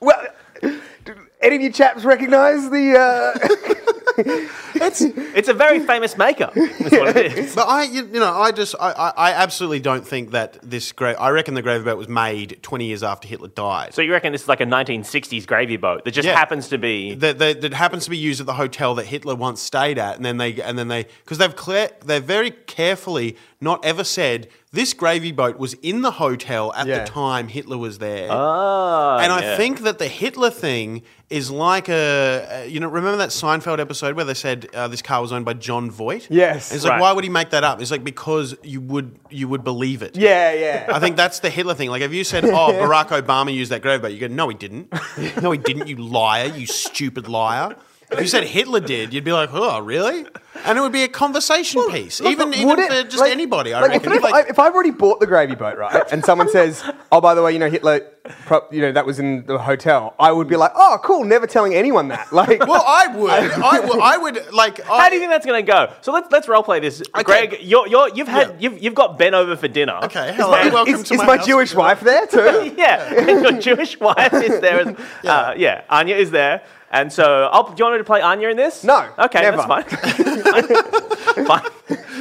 Well, do any of you chaps recognise the? Uh, [laughs] It's a very famous maker. That's what it is. But I, you, you know, I just, I, I, I absolutely don't think that this great. I reckon the gravy boat was made twenty years after Hitler died. So you reckon this is like a 1960s gravy boat that just Yeah. happens to be. that, that, that happens to be used at the hotel that Hitler once stayed at, and then they and then they because they've clear, they've very carefully not ever said this gravy boat was in the hotel at Yeah. the time Hitler was there. Ah, and I yeah. think that the Hitler thing is like a, uh, you know, remember that Seinfeld episode where they said uh, this car was owned by John Voight? Yes. And it's like, Right. why would he make that up? It's like because you would you would believe it. Yeah, yeah. I think that's the Hitler thing. Like, if you said, "Oh, [laughs] Barack Obama used that grave boat," you go, "No, he didn't. [laughs] No, he didn't. You liar. You stupid liar." If you said Hitler did, you'd be like, "Oh, really?" And it would be a conversation piece, even, But even would for it- just like- anybody. I like, reckon. If, I- Like, if I've already bought the gravy boat, right, and someone says, "Oh, by the way, you know Hitler, pro- you know that was in the hotel," I would be like, "Oh, cool, never telling anyone that." [laughs] Like, well, I would. I would. I would like. How do you think that's going to go? So let's let's role play this. Greg, you're, you're, you've had Yeah. you've, you've got Ben over for dinner. Okay, hello. And- welcome is, to is my my house. Jewish wife there [laughs] too? [laughs] yeah, and your Jewish wife is there. [laughs] As, Uh, yeah, Anya is there. And so, I'll, do you want me to play Anya in this? No, Okay, never. that's fine. [laughs] fine.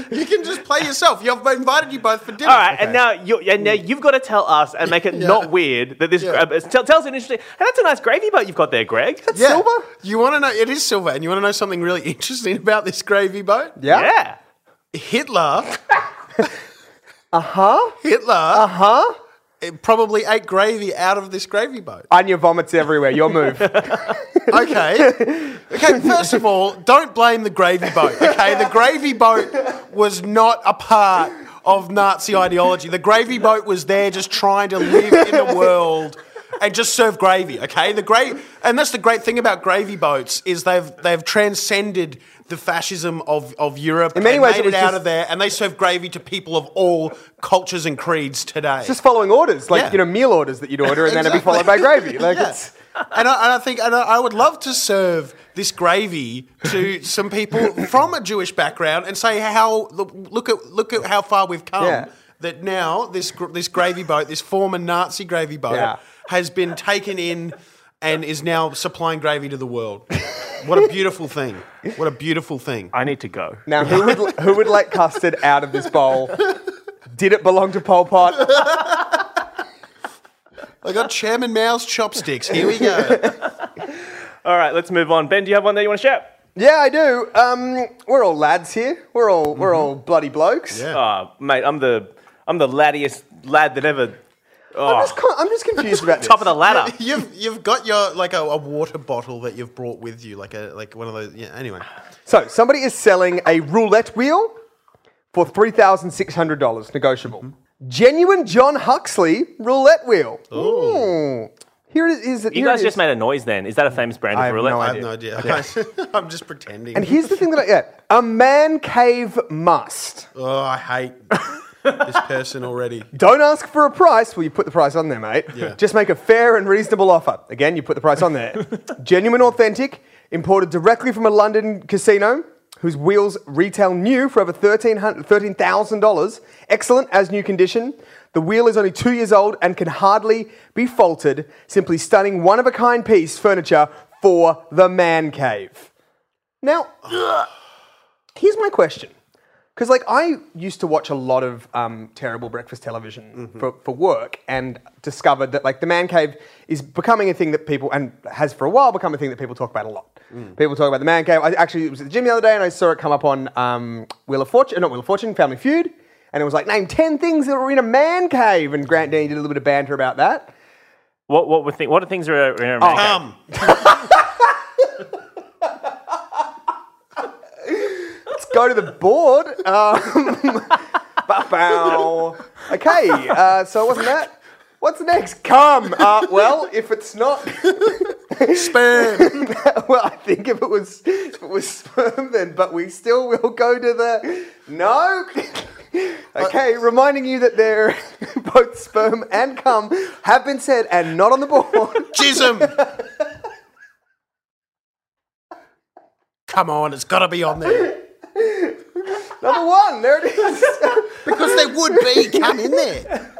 You can just play yourself. You've invited you both for dinner. All right, and now you and now you've got to tell us and make it not weird that this. Yeah. Uh, tell, tell us an interesting. Hey, that's a nice gravy boat you've got there, Greg. Yeah. Silver? You want to know? It is silver, and you want to know something really interesting about this gravy boat? Yeah. yeah. Hitler. uh Uh-huh. huh. Hitler. Uh huh. Probably ate gravy out of this gravy boat. Anya vomits everywhere. Your move. [laughs] Okay. okay, first of all, don't blame the gravy boat, okay? The gravy boat was not a part of Nazi ideology. The gravy boat was there just trying to live in a world and just serve gravy, okay? The great and that's the great thing about gravy boats is they've they've transcended the fascism of, of Europe In many and ways, made it was out just- of there and they serve gravy to people of all cultures and creeds today. Just following orders, like Yeah. you know, meal orders that you'd order, and then it'd be Exactly. followed by [laughs] gravy. Like, Yeah. it's, and, I, and I think and I, I would love to serve this gravy [laughs] to some people from a Jewish background and say how look, look at look at how far we've come. Yeah. That now this gr- this gravy boat, this former Nazi gravy boat, Yeah. has been taken in and is now supplying gravy to the world. What a beautiful thing! What a beautiful thing! I need to go. now who would who would let custard out of this bowl? Did it belong to Pol Pot? I got Chairman Mao's chopsticks. Here we go. [laughs] All right, let's move on. Ben, do you have one there you want to shout? Yeah, I do. Um, we're all lads here. We're all we're Mm-hmm. all bloody blokes. Yeah. Ah, mate, I'm the I'm the laddiest lad that ever. Oh, I'm, just con- I'm just confused about this. [laughs] top of the [laughs] ladder. You've you've got your like a, a water bottle that you've brought with you, like a like one of those. Yeah. Anyway, So somebody is selling a roulette wheel for three thousand six hundred dollars, negotiable. Mm-hmm. Genuine John Huxley roulette wheel. Ooh. Here it is. you guys just made a noise. Then is that a famous brand of I have roulette? no I idea. have no idea. [laughs] I'm just pretending. And here's the thing that I yeah, a man cave must. oh, I hate this person [laughs] already. Don't ask for a price. Well, you put the price on there, mate. Yeah. Just make a fair and reasonable offer. Again, you put the price on there. Genuine, authentic, imported directly from a London casino, whose wheels retail new for over $13,000. $13,000. Excellent as new condition. The wheel is only two years old and can hardly be faulted. Simply stunning one of a kind piece furniture for the man cave. Now, here's my question. Because, like, I used to watch a lot of um, terrible breakfast television for, for work and discovered that, like, the man cave is becoming a thing that people, and has for a while become a thing that people talk about a lot. People talk about the man cave. I actually was at the gym the other day and I saw it come up on um, Wheel of Fortune, not Wheel of Fortune, Family Feud. And it was like, name 10 things that were in a man cave. And Grant Denny did a little bit of banter about that. What what were thi- what are things that are in a man cave? Um, go to the board. Um, [laughs] bow. Okay, uh, so wasn't that? What's next? Come. Uh, well, if it's not, [laughs] spam. well, I think if it was, if it was sperm, then but we still will go to the no. [laughs] Okay, reminding you that they're [laughs] both sperm and cum have been said and not on the board. [laughs] Jism. Come on, it's got to be on there Number one, there it is. because there would be come in [laughs] there.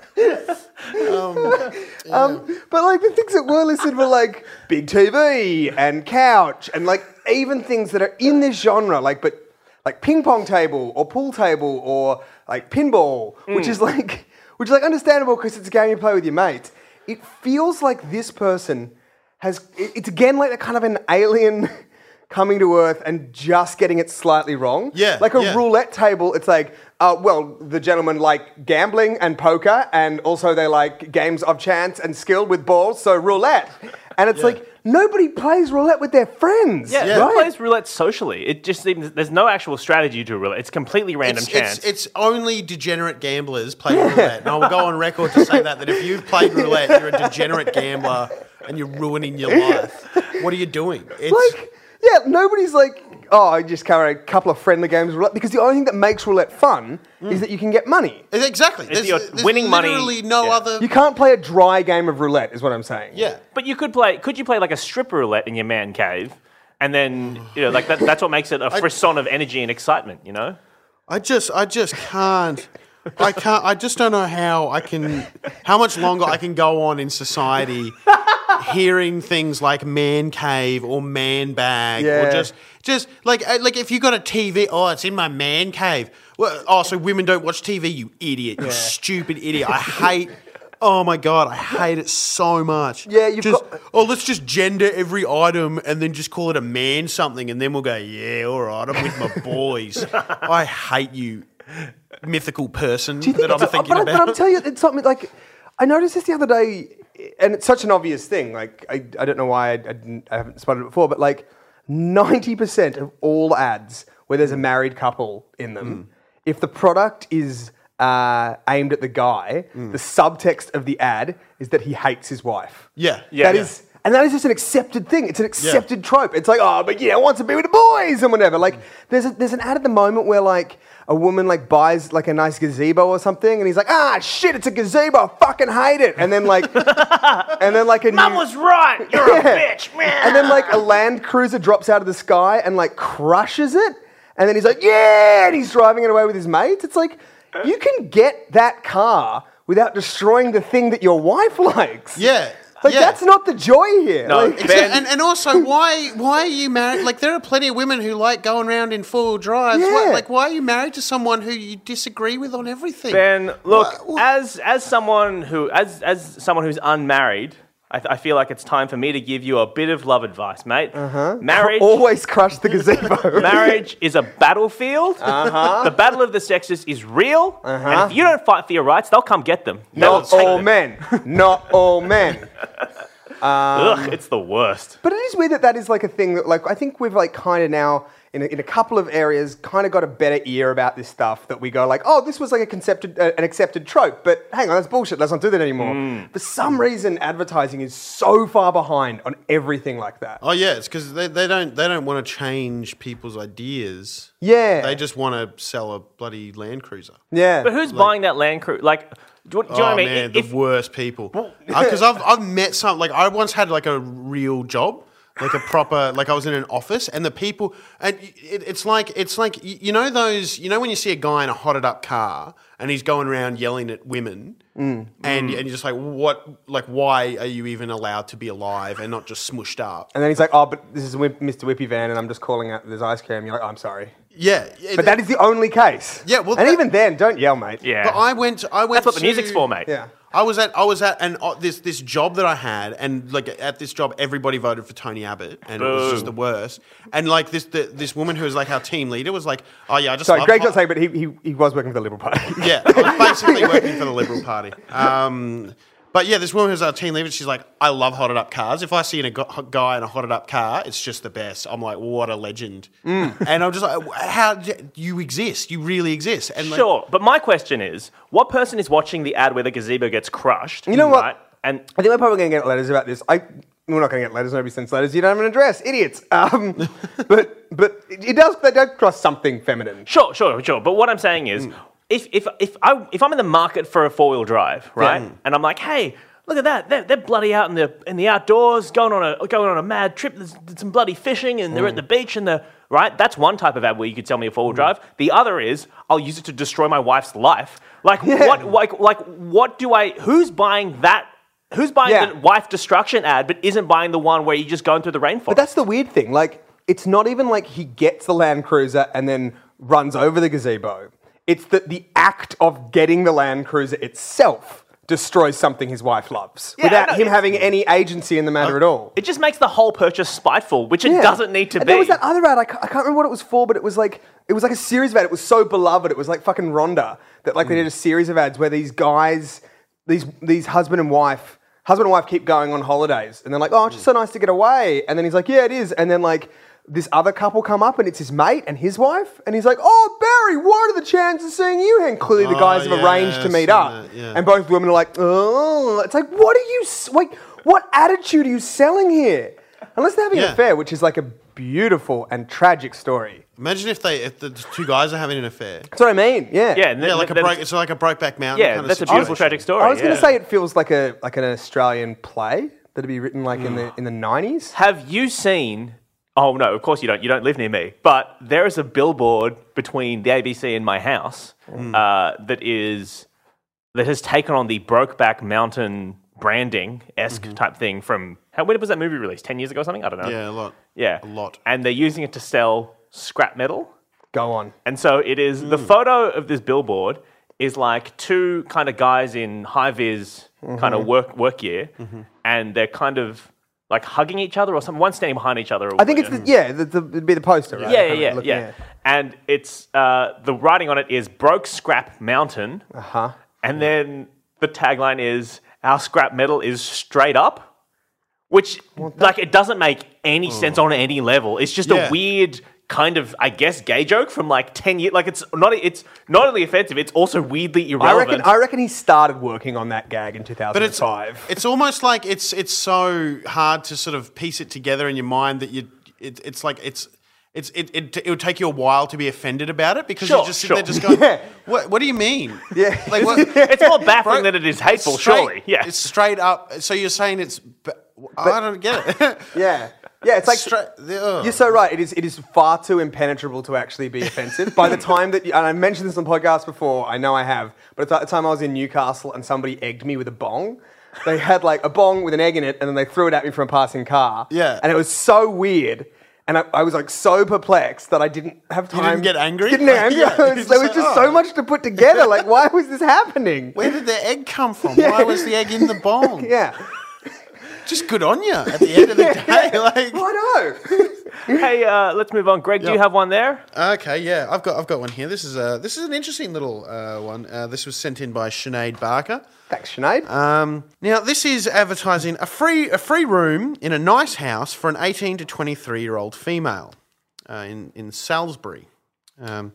Um, but like the things that were listed were like big TV and couch and like even things that are in this genre, like but like ping pong table or pool table or like pinball, which is Mm. like which is like understandable because it's a game you play with your mates. It feels like this person has it- it's again like a kind of an alien [laughs] coming to Earth and just getting it slightly wrong. Yeah, Like a yeah. roulette table, it's like, uh, well, the gentlemen like gambling and poker, and also they like games of chance and skill with balls, so roulette. And it's like, nobody plays roulette with their friends. Yeah, Yeah. who right? plays roulette socially? It just seems there's no actual strategy to roulette. It's completely random It's, chance. it's, it's only degenerate gamblers play roulette. And I will go on record to say that, that if you've played roulette, you're a degenerate gambler and you're ruining your life. What are you doing? It's, like, yeah, nobody's like, oh, I just carry a couple of friendly games of roulette because the only thing that makes roulette fun Mm. is that you can get money. Exactly. There's, you're there's winning money- literally no yeah. other. You can't play a dry game of roulette, is what I'm saying. yeah. but you could play. Could you play like a strip roulette in your man cave? And then you know, like that, that's what makes it a frisson of energy and excitement. You know, I just, I just can't. I can't. I just don't know how I can, how much longer I can go on in society, hearing things like man cave or man bag Yeah. or just, just like, uh, like if you got a TV, oh, it's in my man cave. Well, oh, so women don't watch TV, you idiot, you stupid idiot. I hate. Oh my god, I hate it so much. Yeah, you've just, got- Oh, let's just gender every item and then just call it a man something, and then we'll go, yeah, all right, I'm with [laughs] my boys. I hate you, mythical person Do you think that I'm it's- thinking but, I- about. but I'm telling you, it's something like I noticed this the other day, and it's such an obvious thing. Like I, I don't know why I, I, didn't, I haven't spotted it before, but like ninety percent of all ads where there's a married couple in Mm. them, if the product is uh, aimed at the guy, Mm. the subtext of the ad is that he hates his wife. yeah, Yeah, That yeah. is- and that is just an accepted thing. It's an accepted trope. It's like, oh, but you know, wants to be with the boys and whatever. Like, there's a, there's an ad at the moment where like a woman like buys like a nice gazebo or something, and he's like, ah, shit, it's a gazebo. I fucking hate it. And then [laughs] like, and then like a mum new- was right. You're [laughs] Yeah. a bitch, man. and then like a Land Cruiser drops out of the sky and like crushes it, and then he's like, yeah, and he's driving it away with his mates. It's like you can get that car without destroying the thing that your wife likes. yeah. Like yeah. that's not the joy here. No, Like- Ben- and, and also, why why are you married? Like, there are plenty of women who like going around in four-wheel drives. Why, Yeah. like, why are you married to someone who you disagree with on everything? Ben, look, Wha- wha- as as someone who as as someone who's unmarried, I, th- I feel like it's time for me to give you a bit of love advice, mate. Uh-huh. Marriage. always crush the gazebo. Marriage is a battlefield. The battle of the sexes is real. And if you don't fight for your rights, they'll come get them. They will Not take all them. men. Not all men. Ugh, it's the worst. But it is weird that that is like a thing that like I think we've like kind of now in a, in a couple of areas kind of got a better ear about this stuff that we go like oh this was like a concepted uh, an accepted trope but hang on that's bullshit let's not do that anymore. Mm. For some reason advertising is so far behind on everything like that. Oh yeah, it's because they, they don't they don't want to change people's ideas. Yeah. they just want to sell a bloody Land Cruiser. Yeah. But who's buying that Land Cruiser? Like, do, you- do you know what I oh mean? man, If- the worst people. [laughs] Because I've I've met some like I once had like a real job, like a proper like I was in an office, and the people and it, it's like it's like y- you know those you know when you see a guy in a hotted up car and he's going around yelling at women. Mm. And, and you're just like, what? Like, why are you even allowed to be alive and not just smushed up? and then he's like, "Oh, but this is Whip, Mr. Whippy Van, and I'm just calling out this ice cream." You're like, "Oh, "I'm sorry," Yeah, but that is the only case. Yeah, well, and that- even then, don't yell, mate. yeah. But I went. I went. That's what the to- music's for, mate. Yeah. I was at I was at and uh, this this job that I had and like at this job everybody voted for Tony Abbott and it was just Boo. the worst and like this the, this woman who was like our team leader was like oh yeah I just Sorry, love Greg Hot- not saying, but he, he, he was working for the Liberal Party. yeah, [laughs] I'm basically working for the Liberal Party. Um, but yeah, this woman who's our team leader, she's like, I love hotted up cars. If I see a gu- guy in a hotted up car, it's just the best. I'm like, what a legend. Mm. And I'm just like, how d- you exist? You really exist? And like, sure. But my question is what person is watching the ad where the gazebo gets crushed? You know what? And I think we're probably going to get letters about this. I we're not going to get letters. Nobody sends letters. You don't have an address, idiots. [laughs] Um, but but it it does. They don't cross something feminine. Sure, sure, sure. But what I'm saying Hmm. is, if if if I if I'm in the market for a four wheel drive, right, and I'm like, hey. Look at that! They're, they're bloody out in the in the outdoors, going on a going on a mad trip. There's, there's some bloody fishing, and they're at the Hmm. beach, and the right. That's one type of ad where you could sell me a four wheel drive. The other is I'll use it to destroy my wife's life. Like what? Like like what do I? Who's buying that? Who's buying Yeah. the wife destruction ad, but isn't buying the one where you're just going through the rainforest? But that's the weird thing. Like it's not even like he gets the Land Cruiser and then runs over the gazebo. It's that the act of getting the Land Cruiser itself destroys something his wife loves Yeah, without no, him it's- Uh, having any agency in the matter at all. It just makes the whole purchase spiteful, which it Yeah. doesn't need to and be. There was that other ad. I ca- I can't, remember what it was for, but it was like it was like a series of ads. It was so beloved. It was like fucking Rhonda that like they did a series of ads where these guys, these these husband and wife, husband and wife keep going on holidays, and they're like, oh, it's just so nice to get away. And then he's like, yeah, it is. And then like. This other couple come up and it's his mate and his wife, and he's like, "Oh, Barry, what are the chances of seeing you?" And clearly the Oh, guys have yeah, arranged yeah, to I've meet seen up, that, yeah. and both women are like, "Oh, it's like, what are you s- like? What attitude are you selling here?" Unless they're having an Yeah. affair, which is like a beautiful and tragic story. Imagine if they if the two guys are having an affair. That's what I mean. Yeah. yeah, and Yeah, th- like a th- broke. It's like a Brokeback Mountain. Yeah, kind of that's a beautiful situation. tragic story. I was going yeah. to say it feels like a like an Australian play that'd be written like in the in the nineties. Have you seen? Oh no, of course you don't. You don't live near me. But there is a billboard between the ABC and my house Mm. uh, that is that has taken on the Brokeback Mountain branding esque type thing from how when was that movie released? Ten years ago or something? I don't know. Mm-hmm. Yeah, a lot. yeah, a lot. And they're using it to sell scrap metal. Go on. And so it is the Hmm. photo of this billboard is like two kind of guys in high vis kind Mm-hmm. of work work gear, and they're kind of like hugging each other or something. One standing behind each other. Or I think it's the, yeah, the, the, it'd be the poster, right? yeah, Kinda yeah, yeah, looking- yeah. And it's uh, the writing on it is broke scrap mountain, Uh-huh. and then the tagline is our scrap metal is straight up. Which, like, it doesn't make any sense on any level. It's just Yeah. a weird kind of, I guess, gay joke from like ten years. Like, it's not. It's not only offensive. It's also weirdly I irrelevant. reckon I reckon he started working on that gag in two thousand But and it's five. it's almost like it's it's so hard to sort of piece it together in your mind that you it, it's like it's. It's, it, it, it would take you a while to be offended about it because Sure, you just sit sure. there just [laughs] going, Yeah. what, what do you mean? Yeah. Like, what, [laughs] it's more baffling Bro- than it is hateful, straight- surely. Yeah. It's straight up. So you're saying it's. b- I [laughs] don't get [laughs] it. oh. Yeah, yeah. It's like Straight. ugh. You're so right. It is. It is far too impenetrable to actually be offensive. By the time that, you, and I mentioned this on podcast before, I know I have, but it's at the time I was in Newcastle and somebody egged me with a bong. They had like a bong with an egg in it, and then they threw it at me from a passing car. Yeah. and it was so weird. And I, I was like so perplexed that I didn't have time. didn't get angry? Didn't get angry. [laughs] Yeah, you [laughs] there was just there was said, just "Oh." so much to put together. Like, why was this happening? Where did the egg [laughs] come from? Why was the egg in the bong? [laughs] Yeah. Just good on you at the [laughs] end of the day. [laughs] Like, I know. [laughs] hey, uh, let's move on. Greg, do you Yep. have one there? Okay, yeah, I've got I've got one here. This is a this is an interesting little uh, one. Uh, this was sent in by Sinead Barker. Thanks, Sinead. Um, now this is advertising a free a free room in a nice house for an eighteen to twenty three year old female uh, in in Salisbury. Um,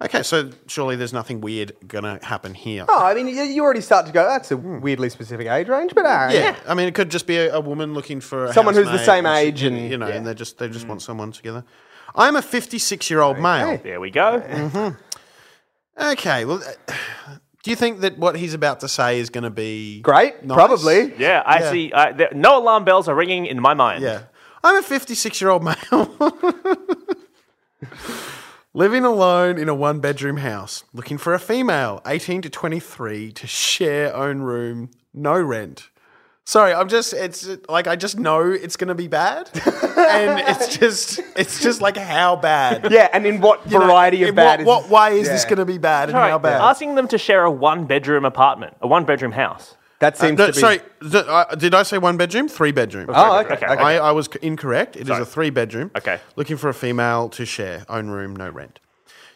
okay, so surely there's nothing weird gonna happen here. oh, I mean, you, you already start to go. That's a weirdly specific age range, but uh, hmm. Yeah. I mean, it could just be a, a woman looking for a Someone who's the housemate same or she- age and- you know, and yeah. they just they just want someone together. I'm a 56 year old male. There we go. Okay, well, uh, [sighs] do you think that what he's about to say is going to be Great, nice? probably. Yeah, I Yeah. see. I, there, no alarm bells are ringing in my mind. Yeah. I'm a 56 year old male. [laughs] Living alone in a one bedroom house, looking for a female, 18 to 23, to share own room, no rent. Sorry, I'm just, it's like, I just know it's going to [laughs] be bad. and it's just, it's just like, how bad? Yeah, and in what You know, variety in of bad? is What, this? what way is this Yeah. going to be bad and All right, how bad? Asking them to share a one bedroom apartment, a one bedroom house. That seems Uh, No, to be. sorry, th- uh, did I say one bedroom? Three bedroom. Oh, okay. Okay. okay. okay. I, I was c- incorrect. It is Sorry. a three bedroom. Okay. Looking for a female to share, own room, no rent.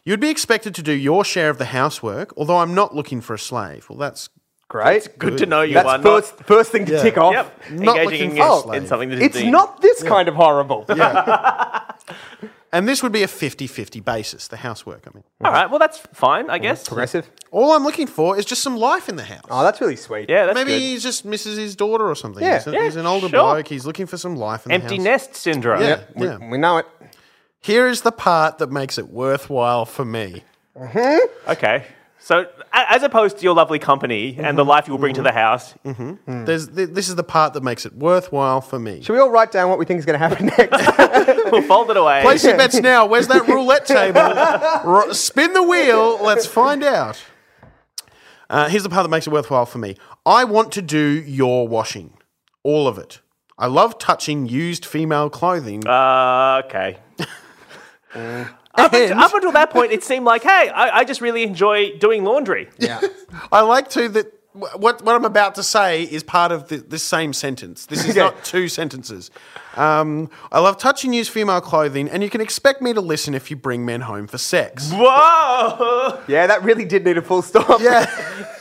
You'd be expected to do your share of the housework, although I'm not looking for a slave. Well, that's Great. Good to know you That's are first, first thing to Yeah. tick not. off. Yep, Not engaging looking in, for in slave. something that is It's deemed- not this kind of horrible. [laughs] and this would be a 50-50 basis, the housework, I mean. All right. Well, that's fine, I guess. [laughs] Progressive. All I'm looking for is just some life in the house. Oh, that's really sweet. Yeah, that's Maybe good. he just misses his daughter or something. Yeah. He's, a- Yeah, he's an older sure. bloke. He's looking for some life in Empty the house. nest syndrome. Yeah. We, yeah. we know it. Here is the part that makes it worthwhile for me. Okay. So, a- as opposed to your lovely company and the life you'll bring to the house, [laughs] There's, th- this is the part that makes it worthwhile for me. Should we all write down what we think is going to happen [laughs] next? we'll fold it away. [laughs] Place your bets now. Where's that roulette table? R- spin the wheel. Let's find out. Uh, here's the part that makes it worthwhile for me. I want to do your washing, all of it. I love touching used female clothing. [laughs] Uh, okay. up, until, up until that point, it seemed like, hey, I, I just really enjoy doing laundry. yeah. I like to that wh- what what I'm about to say is part of the, this same sentence. This is Okay. not two sentences. Um, I love touching used female clothing, and you can expect me to listen if you bring men home for sex. Whoa! [laughs] Yeah, that really did need a full stop. [laughs]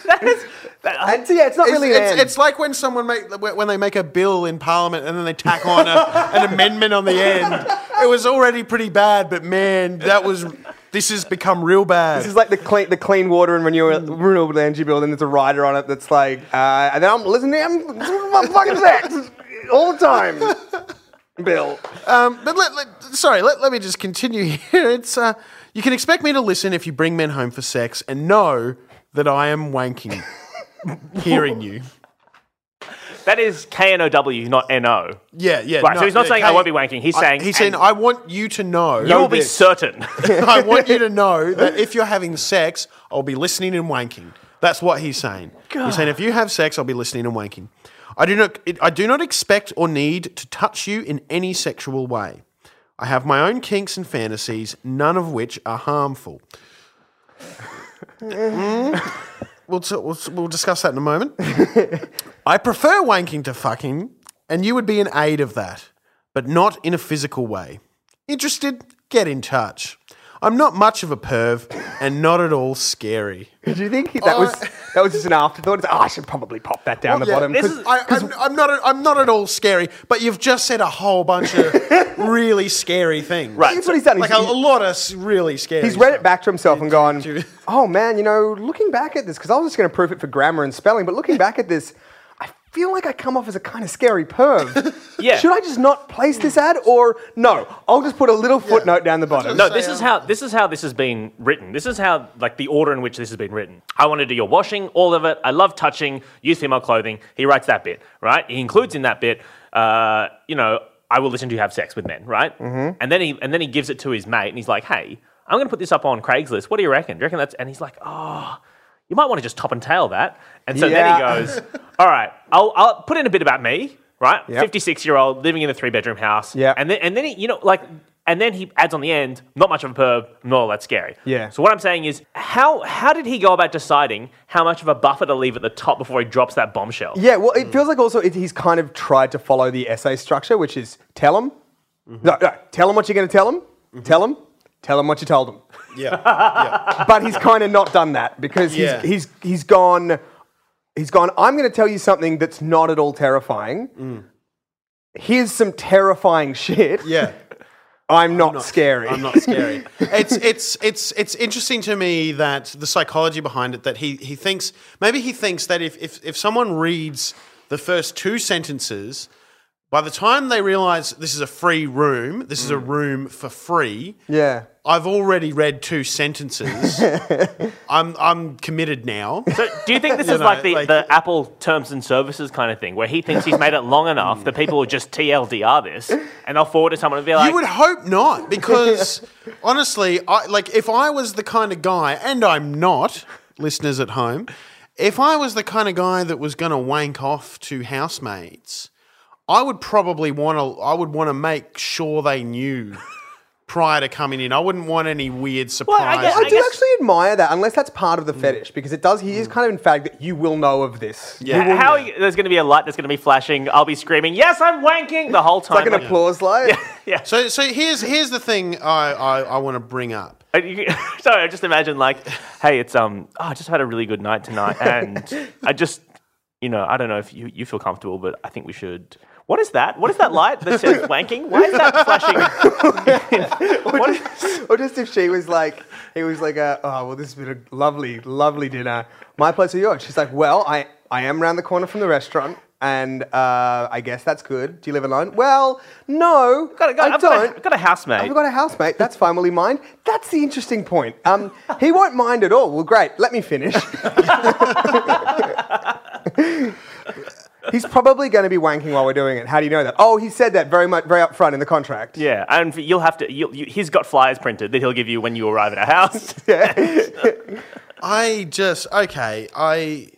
That is, that, I- And so, yeah, it's not It's, really. an it's, end. it's like when someone make when they make a bill in Parliament and then they tack on a, an amendment on the end. It was already pretty bad, but man, that was this has become real bad. This is like the clean, the clean water and renewable, renewable energy bill, and there's a rider on it that's like, uh, and then I'm listening, I'm, I'm fucking sex all the time. Bill. Um, but let, let- sorry, let, let me just continue [laughs] here. It's uh, you can expect me to listen if you bring men home for sex and know that I am wanking, hearing you. that is K N O W, not N O. [laughs] Yeah, yeah. Right, no, so he's not yeah, saying I hey, won't be wanking. He's I- saying he's saying and I want you to know. you will be this. certain. I want you to know that if you're having sex, I'll be listening and wanking. That's what he's saying. He's saying if you have sex, I'll be listening and wanking. I do not. I do not expect or need to touch you in any sexual way. I have my own kinks and fantasies, none of which are harmful. Mm. We'll, t- we'll, t- we'll discuss that in a moment. I prefer wanking to fucking, and you would be an aid of that, but not in a physical way. Interested? Get in touch. I'm not much of a perv and not at all scary. Did you think that was that was just an afterthought? It's, oh, I should probably pop that down the Yeah, bottom. this 'cause- is- I, I'm, I'm not. I'm not at all scary. But you've just said a whole bunch of really scary things. Right. That's what he's done. Like a, He's- a lot of s- really scary. He's read it stuff. back to himself and gone, do- oh man, you know, looking back at this, because I was just going to proof it for grammar and spelling, but looking back at this, I feel like I come off as a kind of scary perv. Yeah. Should I just not place this ad or no? I'll just put a little footnote down the bottom. No, So, this is um, how this is how this has been written. This is how like the order in which this has been written. I want to do your washing, all of it. I love touching, use female clothing. He writes that bit, right? He includes in that bit, uh, you know, I will listen to you have sex with men, right? Mm-hmm. And then he and then he gives it to his mate, and he's like, hey, I'm going to put this up on Craigslist. What do you reckon? Do you reckon that's? And he's like, oh, you might want to just top and tail that. And so Yeah. then he goes, all right, I'll I'll put in a bit about me. Right, Yep. fifty-six-year-old living in a three-bedroom house. Yeah. and then and then he, you know, like, and then he adds on the end, not much of a perv, not all that scary. Yeah. So what I'm saying is, how how did he go about deciding how much of a buffer to leave at the top before he drops that bombshell? Yeah, well, Hmm. it feels like also it, he's kind of tried to follow the essay structure, which is tell him, Mm-hmm. no, no, tell him what you're going to tell him, tell him, tell him what you [laughs] told him. [laughs] Yeah. but he's kind of not done that because Yeah. he's, he's he's gone he's gone i'm going to tell you something that's not at all terrifying Mm. here's some terrifying shit Yeah. [laughs] i'm not, scary I'm not scary. [laughs] it's it's it's it's interesting to me that the psychology behind it that he he thinks maybe he thinks that if if, if someone reads the first two sentences, by the time they realize this is a free room, this is a room for free. yeah I've already read two sentences. I'm I'm committed now. So do you think this is know, like the, like- the Apple terms and services kind of thing, where he thinks he's made it long enough that people will just TLDR this and they'll forward to someone and be like, You would hope not, [laughs] because honestly, I like if I was the kind of guy, and I'm not, listeners at home, if I was the kind of guy that was going to wank off to housemates, I would probably want to. I would want to make sure they knew prior to coming in. I wouldn't want any weird I surprises. guess- I, do guess- actually admire that, unless that's part Mm. of the fetish, because it does. He is kind of in fact that you will know of this. Yeah. You will- how are you- there's going to be a light that's going to be flashing. I'll be screaming, "Yes, I'm wanking!" the whole time. like an applause light. yeah. so, so here's here's the thing I I, I want to bring up. And Uh, you- [laughs] Sorry, I just imagine like, hey, it's um, oh, I just had a really good night [laughs] tonight, and I just, you know, I don't know if you, you feel comfortable, but I think we should. What is that? What is that light that [laughs] says wanking? Why is that flashing? [laughs] What is- Or just if she was like, he was like, uh, oh, well, this has been a lovely, lovely dinner. My place or yours? She's like, well, I, I am round the corner from the restaurant. And uh, I guess that's good. Do you live alone? Well, no, Got a- got- I I've got a- don't. got a housemate. I've got a housemate. That's fine. Will he mind? That's the interesting point. Um, he won't mind at all. Well, great. Let me finish. [laughs] He's probably going to be wanking while we're doing it. How do you know that? Oh, he said that very much, very upfront in the contract. yeah, and you'll have to. You'll, you, he's got flyers printed that he'll give you when you arrive at our house. [laughs] I just okay. I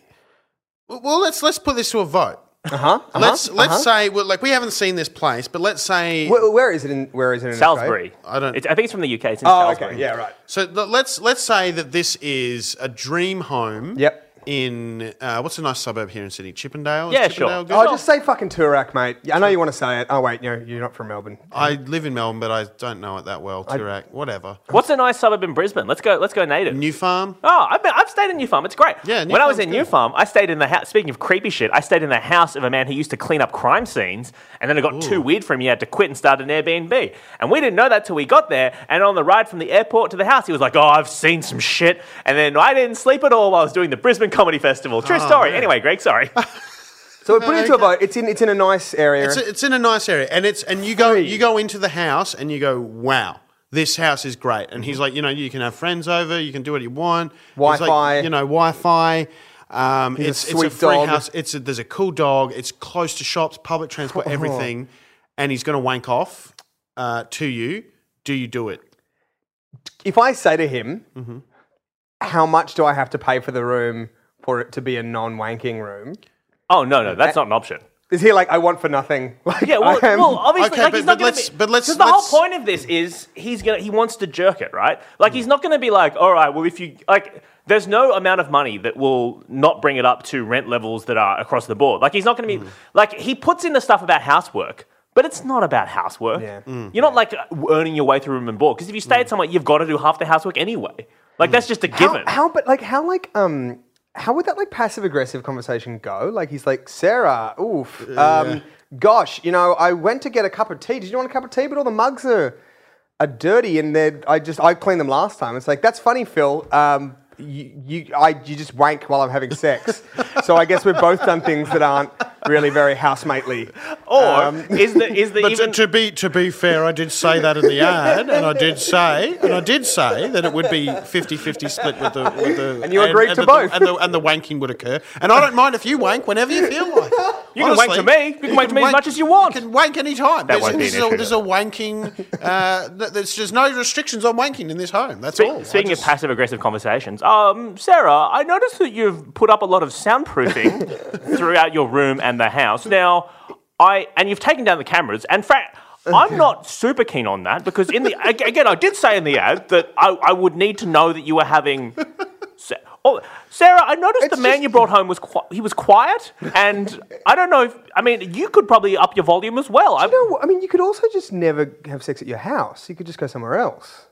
well, let's let's put this to a vote. Uh-huh. uh-huh, Let's let's uh-huh. say well, like we haven't seen this place, but let's say Where, where is it in? Where is it in? Australia? Salisbury. I don't- It's, I think it's from the UK. It's in Oh, Salisbury. okay. Yeah, right. so th- let's let's say that this is a dream home. Yep. in uh, what's a nice suburb here in Sydney? Chippendale. Is Yeah, Chippendale sure. good? Oh, just say fucking Turak, mate. Yeah, I know you want to say it. Oh, wait, no, you're not from Melbourne. I live in Melbourne, but I don't know it that well. Turak, whatever. What's a nice suburb in Brisbane? Let's go. Let's go native. New Farm. Oh, I've, been, I've stayed in New Farm. It's great. Yeah, New when I was Farm's in good. New Farm, I stayed in the house. Speaking of creepy shit, I stayed in the house of a man who used to clean up crime scenes, and then it got too weird for him. He had to quit and start an Airbnb, and we didn't know that till we got there. And on the ride from the airport to the house, he was like, "Oh, I've seen some shit," and then I didn't sleep at all while I was doing the Brisbane Comedy Festival. True Oh, story. Anyway, Greg, [laughs] sorry. So we put it into a okay. vote. It's in, it's in a nice area. It's, it's in a nice area, and it's and you go you go into the house and you go, wow, this house is great. And he's like, you know, you can have friends over, you can do what you want. He's like, Wi-Fi. you know, Wi-Fi. Um, it's it's a sweet free dog. house. It's a, there's a cool dog. It's close to shops, public transport, Oh. everything. And he's going to wank off uh, to you. Do you do it? if I say to him, Mm-hmm. how much do I have to pay for the room for it to be a non-wanking room? oh no, no, that's not an option. Is he like, I want for nothing? [laughs] Like, Yeah, well, I am- well obviously, Okay, like, but- he's not but going let's- to be. but let's- 'cause the let's- whole point of this is he's gonna he wants to jerk it, right? Like he's not going to be like, all right, well, if you like, there's no amount of money that will not bring it up to rent levels that are across the board. Like he's not going to be Hmm. like he puts in the stuff about housework. But it's not about housework. Yeah. You're not like earning your way through room and board because if you stay Hmm. at somewhere, you've got to do half the housework anyway. Like that's just a how, given. how, but like, how like, um, how would that like passive aggressive conversation go? Like, he's like, Sarah, oof, um, gosh, you know, I went to get a cup of tea. Did you want a cup of tea? But all the mugs are, are dirty, and they're, I just, I cleaned them last time. It's like that's funny, Phil. Um, you, you, I, you just wank while I'm having sex. so I guess we've both done things that aren't really very housemately. or is the is the Um, [laughs] But even to, to be to be fair, I did say that in the ad, and I did say, and I did say that it would be 50-50 split with the with the. And you agreed to that the- both. and, the, and the wanking would occur. And I don't mind if you wank whenever you feel like. You can wank to me. You can wank to me as much as you want. You can wank any time. There's, won't be this an is issue, a, there's a wanking. Uh, th- there's just no restrictions on wanking in this home. That's Spe- all. I Speaking just- of passive aggressive conversations, um, Sarah, I noticed that you've put up a lot of [laughs] soundproofing throughout your room and the house. Now, I and you've taken down the cameras, and fra- I'm not super keen on that because in the ag- again, I did say in the ad that I, I would need to know that you were having. Sa- Oh, Sarah, I noticed the man just- you brought home was qui- he was quiet, and I don't know if I mean you could probably up your volume as well. I, No, I mean, you could also just never have sex at your house. You could just go somewhere else.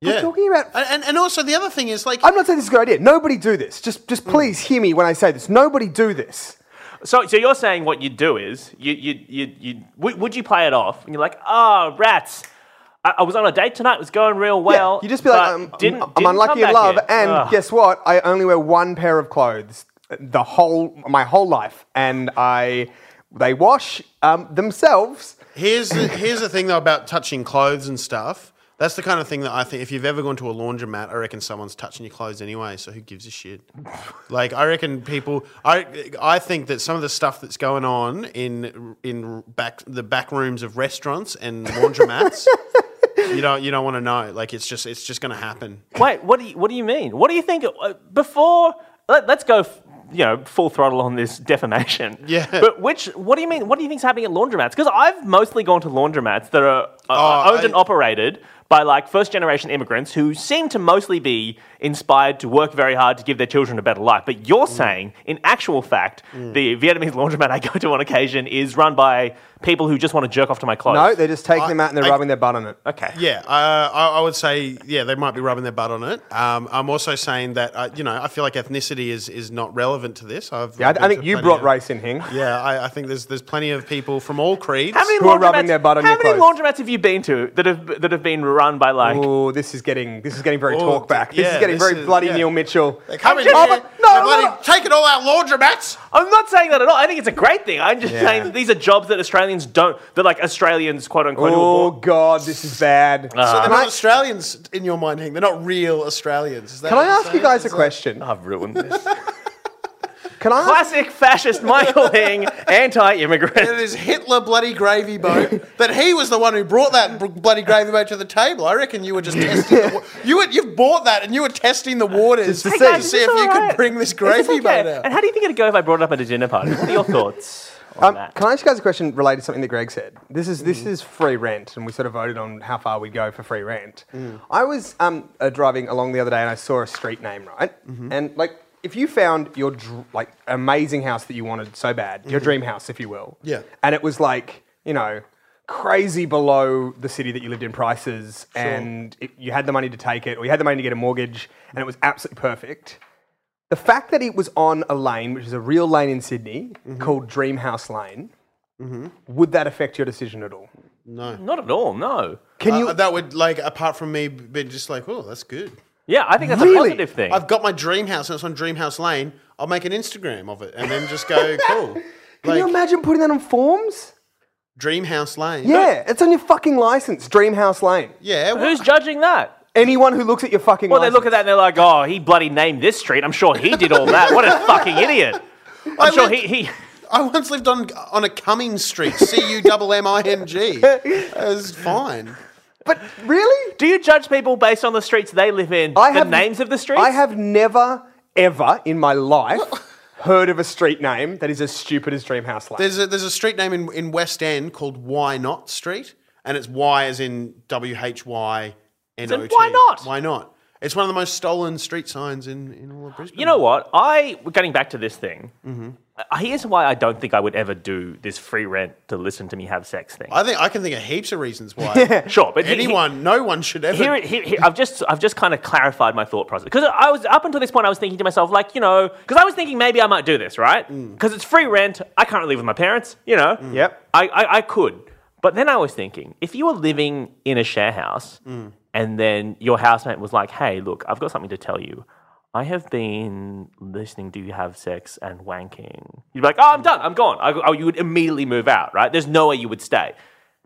yeah. talking about- And, and, and also the other thing is like. I'm not saying this is a good idea. Nobody do this. Just, Hmm. just please hear me when I say this. Nobody do this. So, so you're saying what you'd do is you you you you would, would you play it off and you're like, oh rats, I, I was on a date tonight, it was going real well. you just be like, but I'm, didn't- I'm didn't come unlucky in back love, here." and Ugh. guess what? I only wear one pair of clothes the whole my whole life, and I they wash um, themselves. Here's the, here's the thing though about touching clothes and stuff. That's the kind of thing that I think if you've ever gone to a laundromat, I reckon someone's touching your clothes anyway. So who gives a shit? Like I reckon people, I I think that some of the stuff that's going on in in back the back rooms of restaurants and [laughs] laundromats, you don't you don't want to know. Like it's just it's just going to happen. Wait, what do you what do you mean? What do you think uh, before? Let, let's go. f- You know, full throttle on this defamation. [laughs] Yeah. But which? What do you mean? What do you think's happening at laundromats? Because I've mostly gone to laundromats that are uh, Oh, owned I- and operated by like first generation immigrants who seem to mostly be inspired to work very hard to give their children a better life. But Mm. you're saying, in actual fact, the Vietnamese laundromat I go to on occasion is run by people who just want to jerk off to my clothes. No, they're just taking I- them out and they're I- rubbing their butt on it. Okay. Yeah, uh, I, I would say yeah they might be rubbing their butt on it. Um, I'm also saying that uh, you know I feel like ethnicity is is not relevant to this. I've Yeah, I, I been think to you plenty brought of- race in, Hing. Yeah, I, I think there's there's plenty of people from all creeds. How many, Who are rubbing laundromats- their butt on how your many clothes. laundromats have you been to that have that have been run by like Oh, this is getting this is getting very Oh, talk back. This yeah, is getting this very is- bloody yeah. Neil Mitchell. They come in I'm here, just- no, no, no, bloody no. taking all our laundromats. I'm not saying that at all. I think it's a great thing. I'm just Yeah. saying that these are jobs that Australians don't, that like Australians quote unquote. do Oh abhor. God, this is bad. so they're Can I- not Australians in your mind, Hank. They're not real Australians. Is that Can what I you're ask you saying? guys a Is that- question? I've ruined this. Can I ask [laughs] Classic fascist Michael Hing, It anti-immigrant. is Hitler bloody gravy [laughs] boat that he was the one who brought that br- bloody gravy boat to the table. I reckon you were just testing. The wa- [laughs] you were, you've bought that and you were testing the waters to Hey, see, guys, is this if you alright? could bring this Is this gravy boat okay? out. And how do you think it'd go if I brought it up at a dinner party? What are [laughs] your thoughts on Um, that? can I ask you guys a question related to something that Greg said? This is this is free rent, and we sort of voted on how far we'd go for free rent. I was um, uh, driving along the other day, and I saw a street name, right? And like if you found your dr- like amazing house that you wanted so bad, your dream house, if you will, Yeah. and it was like you know crazy below the city that you lived in prices, and it, you had the money to take it, or you had the money to get a mortgage, and it was absolutely perfect. The fact that it was on a lane, which is a real lane in Sydney Mm-hmm. called Dream House Lane, would that affect your decision at all? Not at all. No. Can you? Uh, that would like apart from me being just like, oh, that's good. Yeah, I think that's a Really? positive thing. I've got my dream house and it's on Dream House Lane. I'll make an Instagram of it and then just [laughs] go cool. can you Like imagine putting that on forms? Dream House Lane. Yeah, it's on your fucking license, Dreamhouse Lane. Yeah. well, Who's judging that? Anyone who looks at your fucking Well, they license. look at that and they're like, "Oh, he bloody named this street. I'm sure he did all that. What a fucking idiot." I'm I sure lived- he, he I once lived on on a Cummings Street, C U M M I [laughs] N G. It was fine. But really? Do you judge people based on the streets they live in? the names of the streets? I have never, ever in my life [laughs] heard of a street name that is as stupid as Dreamhouse Lane. There's a, there's a street name in, in West End called Why Not Street, and it's Y as in W H Y N O Then T. why not? Why not? It's one of the most stolen street signs in, in all of Brisbane. You know what? I getting back to this thing. Mm-hmm. uh, Here's why I don't think I would ever do this free rent to listen to me have sex thing. I think I can think of heaps of reasons [laughs] why. sure, but he- he- Anyone, no one should ever. Here, here, here, I've just, I've just kind of clarified my thought process because I was up until this point, I was thinking to myself, like, you know, because I was thinking maybe I might do this, right? Mm. Because it's free rent. I currently live with my parents, you know. Yep. I, I, I could, but then I was thinking, if you were living in a share house, and then your housemate was like, "Hey, look, I've got something to tell you." I have been listening to you have sex and wanking. You'd be like, oh, I'm done. I'm gone. I, I, you would immediately move out, right? There's no way you would stay.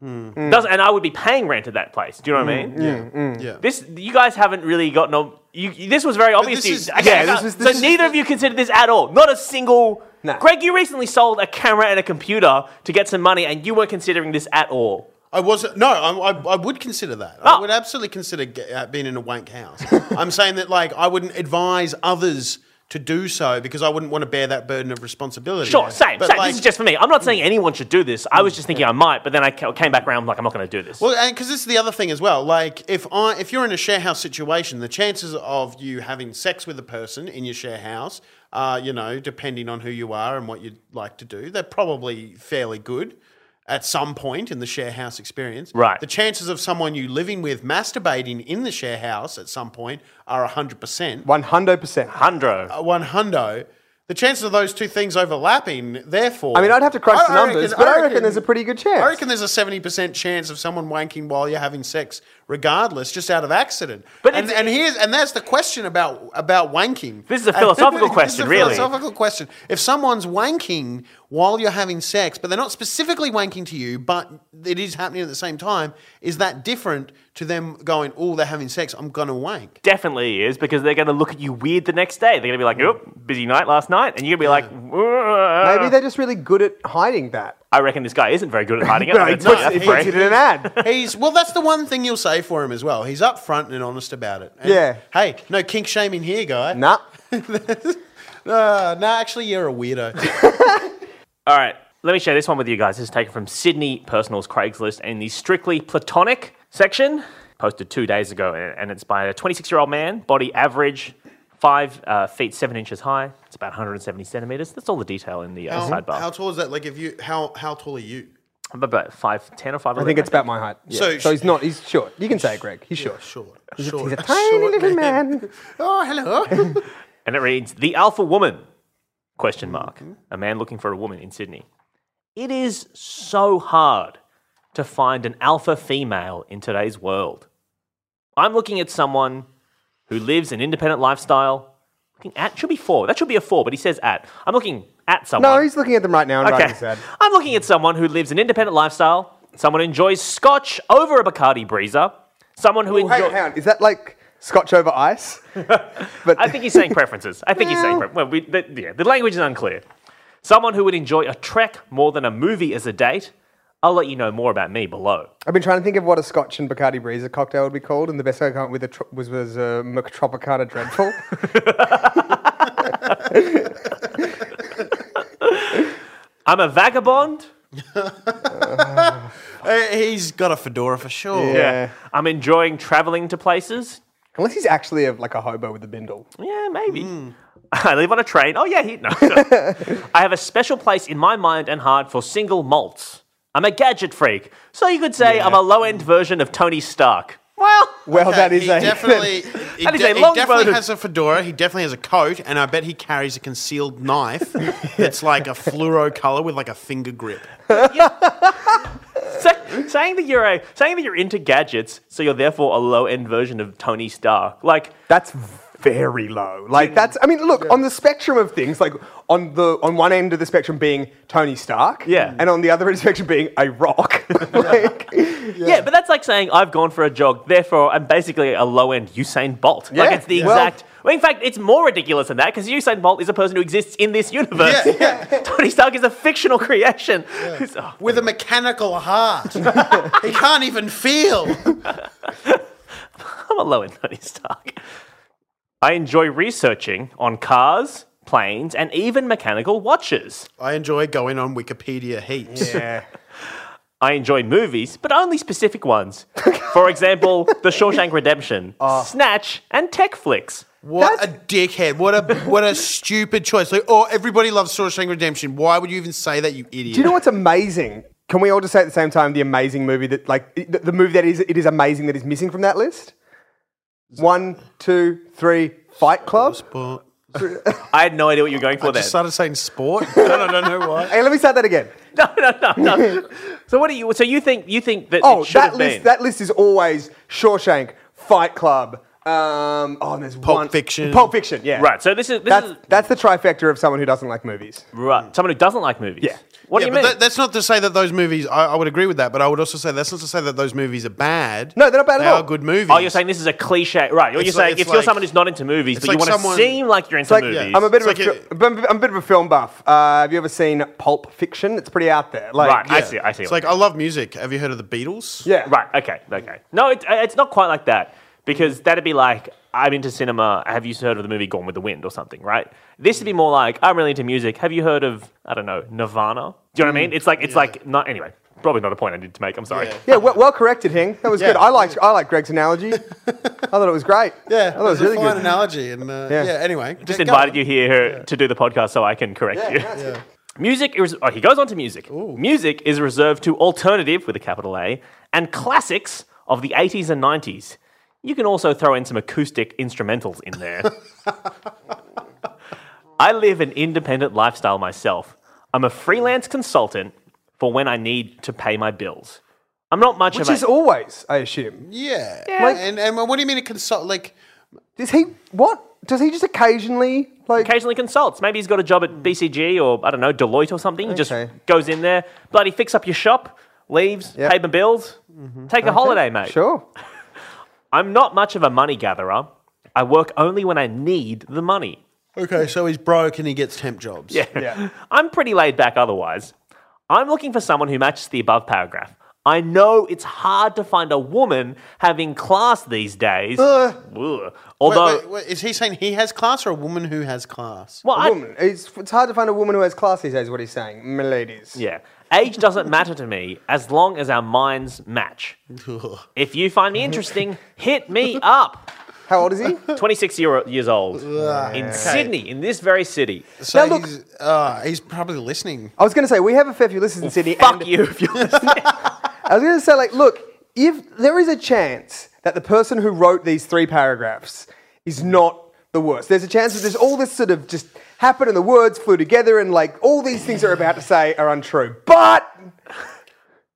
Doesn't, and I would be paying rent at that place. Do you know what I mean? yeah. yeah. This you guys haven't really gotten on. You, you- this was very obvious. this to you. is- Okay, yeah, I this can't- is- so this is- neither of you considered this at all. Not a single. No. Greg, you recently sold a camera and a computer to get some money, and you weren't considering this at all. I wasn't. No, I, I, I would consider that. Oh. I would absolutely consider ge- uh, being in a wank house. [laughs] I'm saying that, like, I wouldn't advise others to do so because I wouldn't want to bear that burden of responsibility. Sure, same. But, same. like, this is just for me. I'm not saying anyone should do this. I was just thinking I might, but then I ca- came back around like I'm not going to do this. Well, and because this is the other thing as well. Like, if I if you're in a share house situation, the chances of you having sex with a person in your share house, uh, you know, depending on who you are and what you'd like to do, they're probably fairly good at some point in the share house experience. Right. The chances of someone you living with masturbating in the share house at some point are hundred [laughs] percent. 100%. Hundro. One hundo. The chances of those two things overlapping, therefore, I mean, I'd have to crunch I- the I numbers, but I reckon, there's a pretty good chance. I reckon there's a seventy percent chance of someone wanking while you're having sex, regardless, just out of accident. But But and, it's- and here's and that's the question about about wanking. This is a And- [laughs] philosophical this is question, a really. Philosophical question. If someone's wanking while you're having sex, but they're not specifically wanking to you, but it is happening at the same time, is that different to them going, "Oh, they're having sex. I'm gonna wank." Definitely is because they're going to look at you weird the next day. They're going to be like, "Oop, busy night last night," and you're going to be like, Maybe they're just really good at hiding that. "I reckon this guy isn't very good at [laughs] hiding it." But he That's not puts, he that puts great. it in [laughs] an ad. He's well. That's the one thing you'll say for him as well. He's upfront and honest about it. And, Yeah. Hey, no kink shaming here, guy. nah. Uh, no, actually, you're a weirdo. All right, let me share this one with you guys. This is taken from Sydney Personals Craigslist in the strictly platonic section, posted two days ago, and and it's by a 26 year old man, body average, five uh, feet seven inches high. It's about 170 centimeters. That's all the detail in the uh, [laughs] How, sidebar. how tall is that? Like, if you how how tall are you? I'm about five ten or five. I think it's about my height. Yeah. So, So- he's not, he's short. You can say it, Greg. He's short. Short, He's a- short, he's a tiny short little man. [laughs] Oh, hello. and it reads the alpha woman question mark Mm-hmm. a man looking for a woman in sydney it is so hard to find an alpha female in today's world i'm looking at someone who lives an independent lifestyle looking at should be four that should be a four but he says at i'm looking at someone No, he's looking at them right now and writing his ad. I'm looking at someone who lives an independent lifestyle, someone who enjoys scotch over a Bacardi Breezer, someone who Hang enjoys. on, hang on. Is that like scotch over [laughs] ice? but I think he's saying preferences. I think he's saying Well- preferences. Well, we, the, yeah, the language is unclear. Someone who would enjoy a trek more than a movie as a date. I'll let you know more about me below. I've been trying to think of what a Scotch and Bacardi Breezer cocktail would be called, and the best I came up with a tro- was was a McTropicana Dreadful. I'm a vagabond. [laughs] Uh, He's got a fedora for sure. Yeah. I'm enjoying traveling to places. Unless he's actually a, like a hobo with a bindle. Yeah, maybe. [laughs] I live on a train. Oh, yeah, he. No. I have a special place in my mind and heart for single malts. I'm a gadget freak. So you could say I'm a low end version of Tony Stark. Well, Well, that is he a [laughs] definitely. He, That is de- a he long definitely voted- has a fedora. He definitely has a coat, and I bet he carries a concealed [laughs] knife that's like a fluoro color with like a finger grip. say- saying that you're a, saying that you're into gadgets, so you're therefore a low end version of Tony Stark. Like, That's very low. Like that's I mean, look, on the spectrum of things, like on the on one end of the spectrum being Tony Stark. Yeah. And on the other end of the spectrum being a rock. [laughs] like yeah. but that's like saying I've gone for a jog, therefore I'm basically a low end Usain Bolt. Yeah, Like, it's the well- exact. well, in fact, it's more ridiculous than that because Usain Bolt is a person who exists in this universe. Yeah, [laughs] Tony Stark is a fictional creation. [laughs] Oh, With a mechanical heart, [laughs] he can't even feel. I'm a low end Tony Stark. I enjoy researching on cars, planes, and even mechanical watches. I enjoy going on Wikipedia heaps. Yeah. I enjoy movies, but only specific ones. For example, The Shawshank [laughs] Redemption, Ah. Snatch, and Tech Flicks. What a dickhead! What a what a stupid choice! Like, oh, everybody loves Shawshank Redemption. Why would you even say that, you idiot? Do you know what's amazing? Can we all just say at the same time the amazing movie that like i- the, the movie that is it is amazing that is missing from that list? One, two, three, Fight Club. Sport. I had no idea what you were going for I there. just started saying sport. [laughs] I don't, I don't know why. Hey, let me start that again. So what do you? So you think you think that Oh, it should that have list been? that list is always Shawshank, Fight Club. Um, oh, and there's Pulp one Fiction. Pulp Fiction, yeah. right. So this is this That's is that's the trifecta of someone who doesn't like movies. right. Someone who doesn't like movies. Yeah. What Yeah, do you but mean? that, that's not to say that those movies. I, I would agree with that, but I would also say that's not to say that those movies are bad. No, they're not bad They at all. are good movies. Oh, you're saying this is a cliche, right? Or It's you're like- saying it's if you're like- someone who's not into movies, but like you want someone- to seem like you're into It's like- movies. I'm a bit of It's a, like fi- I'm- I'm a bit of a film buff. Uh, have you ever seen Pulp Fiction? It's pretty out there. Like, Right, I see. I see. It's what like I love music. Have you heard of the Beatles? yeah, Right. Okay. Okay. No, it, uh, it's not quite like that because that'd be like I'm into cinema. Have you heard of the movie Gone with the Wind or something? Right. This would be more like I'm really into music. Have you heard of I don't know Nirvana? Do you know what I mean? It's like it's like not anyway. Probably not a point I need to make. I'm sorry. Yeah. Yeah, well, well corrected, Hing. That was Yeah. good. I liked I liked Greg's [laughs] analogy. I thought it was great. I thought it Oh, was really a fine good. analogy. And uh, Yeah. yeah. anyway, Just invited you here to do the podcast so I can correct you. [laughs] Music is. Oh, he goes on to music. Music is reserved to alternative with a capital A and classics of the 80s and 90s. You can also throw in some acoustic instrumentals in [laughs] there. I live an independent lifestyle myself. I'm a freelance consultant for when I need to pay my bills. I'm not much Which of a is always, I assume. Yeah. Like- and, and what do you mean a consult? Like, Does he what? Does he just occasionally like? occasionally consults. Maybe he's got a job at BCG or I don't know Deloitte or something. He just Okay. goes in there, bloody fix up your shop, leaves, Yep. Mm-hmm. pay my bills, take a holiday, mate. Sure. I'm not much of a money gatherer. I work only when I need the money. okay, so he's broke and he gets temp jobs. Yeah. Yeah. [laughs] I'm pretty laid back otherwise. I'm looking for someone who matches the above paragraph. I know it's hard to find a woman having class these Uh. days. Ugh. Although, is he saying he has class or a woman who has class? [laughs] well, I- woman. It's, it's hard to find a woman who has class these days. Is what he's saying, miladies. Yeah. Age doesn't matter to me as long as our minds match. if you find me interesting, hit me up. How old is [laughs] he? 26 year, years old in Sydney, in this very city. So Now, look- he's, uh, he's probably listening. I was going to say we have a fair few listeners in Sydney. Fuck and you if you're [laughs] listening. I was going to say like, look, if there is a chance that the person who wrote these three paragraphs is not the worst, there's a chance that there's all this sort of just happened and the words flew together and like all these things they're about to say are untrue. But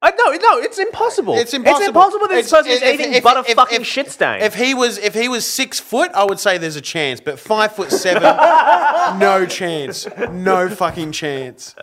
I, Uh, no, no, it's impossible. It's impossible. It's impossible that this person is if- eating if- but a if- fucking if- shit stain. If he was, if he was six foot, I would say there's a chance. But five foot [laughs] seven, no chance, no fucking chance.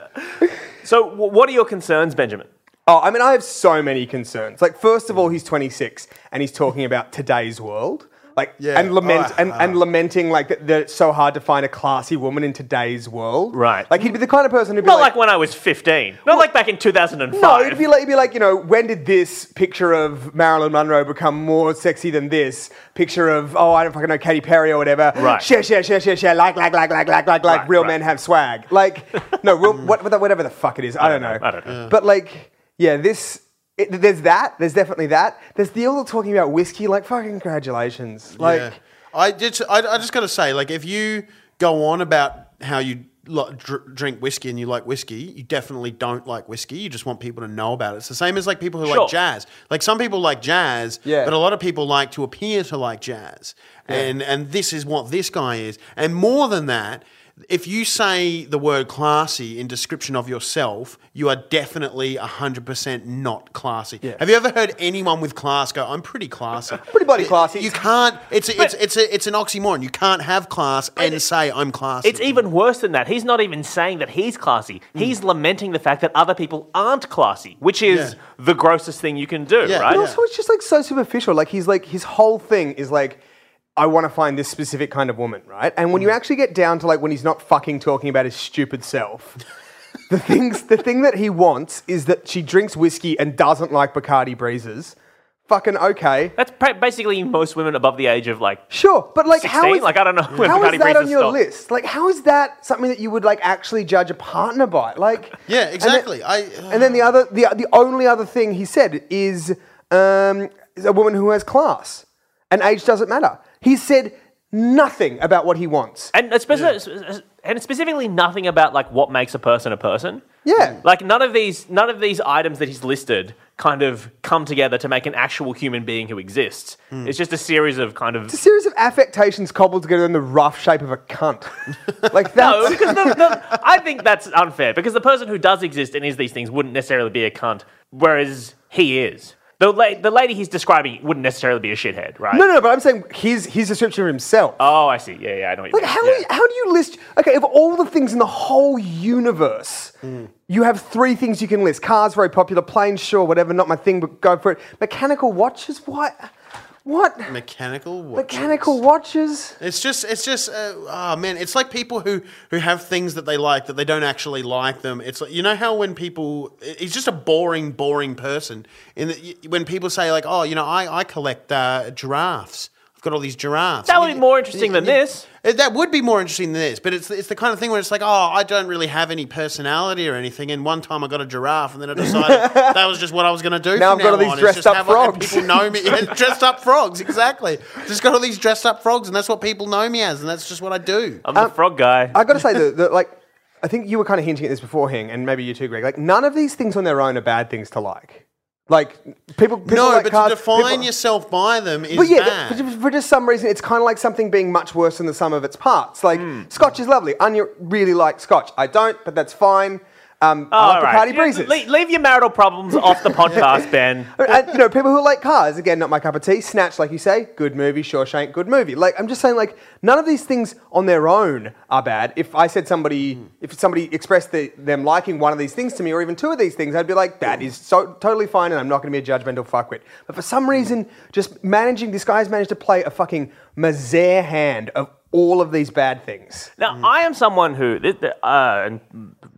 so, w- what are your concerns, Benjamin? Oh, I mean, I have so many concerns. Like, first of all, he's 26 and he's talking about today's world. Like, Yeah. and lament Oh, and, uh. and lamenting like that, that it's so hard to find a classy woman in today's world. Right. Like, he'd be the kind of person who'd be Not like, like, when I was 15. Not like back in 2005. no, it'd be like, it'd be like, you know, when did this picture of Marilyn Monroe become more sexy than this picture of, oh, I don't fucking know, Katy Perry or whatever? Right. Share, share, share, share, share, like, like, like, like, like, like, like, Right, real right. men have [laughs] swag. Like, no, real, what, whatever the fuck it is, I, don't know. know, I don't know. But like, yeah, this it, there's that. There's definitely that. There's the all talking about whiskey. Like fucking congratulations. Like Yeah. I just, I, I just got to say, like, if you go on about how you lo- dr- drink whiskey and you like whiskey, you definitely don't like whiskey. You just want people to know about it. It's the same as like people who Sure. like jazz. Like some people like jazz, Yeah. but a lot of people like to appear to like jazz. And and this is what this guy is. And more than that. If you say the word classy in description of yourself, you are definitely 100% not classy. Yeah. Have you ever heard anyone with class go, I'm pretty classy? [laughs] Pretty bloody classy. You can't. It's it's it's a, it's an oxymoron. You can't have class and say I'm classy. It's even worse than that. He's not even saying that he's classy. Hmm. He's lamenting the fact that other people aren't classy, which is Yeah. the grossest thing you can do, Yeah. right? But also, it's just like so superficial. Like he's like his whole thing is like, I want to find this specific kind of woman, right? And Mm. when you actually get down to like when he's not fucking talking about his stupid self, [laughs] the things, the thing that he wants is that she drinks whiskey and doesn't like Bacardi breezes. Fucking okay, That's pra- basically most women above the age of like sure, but like how 16? is Like, I don't know when how Bacardi is that on breezes your stopped. list? Like how is that something that you would like actually judge a partner by? Like and Yeah, then- exactly. I- and then the other, the the only other thing he said is, um, is a woman who has class, and age doesn't matter. He said nothing about what he wants. And especially, and specifically, nothing about like what makes a person a person. Yeah. Like none of these, none of these items that he's listed kind of come together to make an actual human being who exists. It's just a series of kind of. Hmm. A series of affectations cobbled together in the rough shape of [laughs] a cunt. like No, that's Oh, because the, the, I think that's unfair because the person who does exist and is these things wouldn't necessarily be a cunt, whereas he is. The, la- the lady he's describing wouldn't necessarily be a shithead, right? [laughs] no, no, no. But I'm saying his his description of himself. Oh, I see. Yeah, yeah, I know what you Like, mean. how, Yeah. do you- how do you list? Okay, of all the things in the whole universe, Mm. you have three things you can list cars, very popular, planes, sure, whatever, not my thing, but go for it. Mechanical watches, what? What? mechanical. Watches. Mechanical watches? It's just it's just uh, oh man. It's like people who who have things that they like that they don't actually like them. It's like you know how when people it- it's just a boring boring person. And when people say like oh you know I I collect uh, giraffes. I've got all these giraffes. That would You- be more interesting than this. It- That would be more interesting than this, but it's it's the kind of thing where it's like, oh, I don't really have any personality or anything. And one time I got a giraffe, and then [laughs] I decided that was just what I was going to do. Now from I've got all these on. It's dressed just up have, like, have frogs. people [laughs] know me Yeah, dressed up frogs. Exactly. Just got all these dressed up frogs, and that's what people know me as, and that's just what I do. I'm Um, the frog guy. I gotta say, that, that, like, I think you were kind of hinting at this before, Hing, and maybe you too, Greg. Like, none of these things on their own are bad things to like. Like, people. people no, like but cars, to define people- yourself by them is But yeah, bad. th- for just some reason, it's kind of like something being much worse than the sum of its parts. Like Hmm. Scotch is lovely. Anya really likes Scotch. I don't, but that's fine. Um, I like All right. Bacardi You- breezes. Uh, le- leave your marital problems off the [laughs] podcast, Ben. and, you know, people who like cars, again, not my cup of tea. Snatch, like you say, good movie. Shawshank, good movie. Like, I'm just saying, like, none of these things on their own are bad. If I said somebody, if somebody expressed the, them liking one of these things to me, or even two of these things, I'd be like, that is so totally fine, and I'm not going to be a judgmental fuckwit. But for some reason, just managing, this guy's managed to play a fucking mazare hand of all of these bad things. Now, I am someone who, th- th- uh, and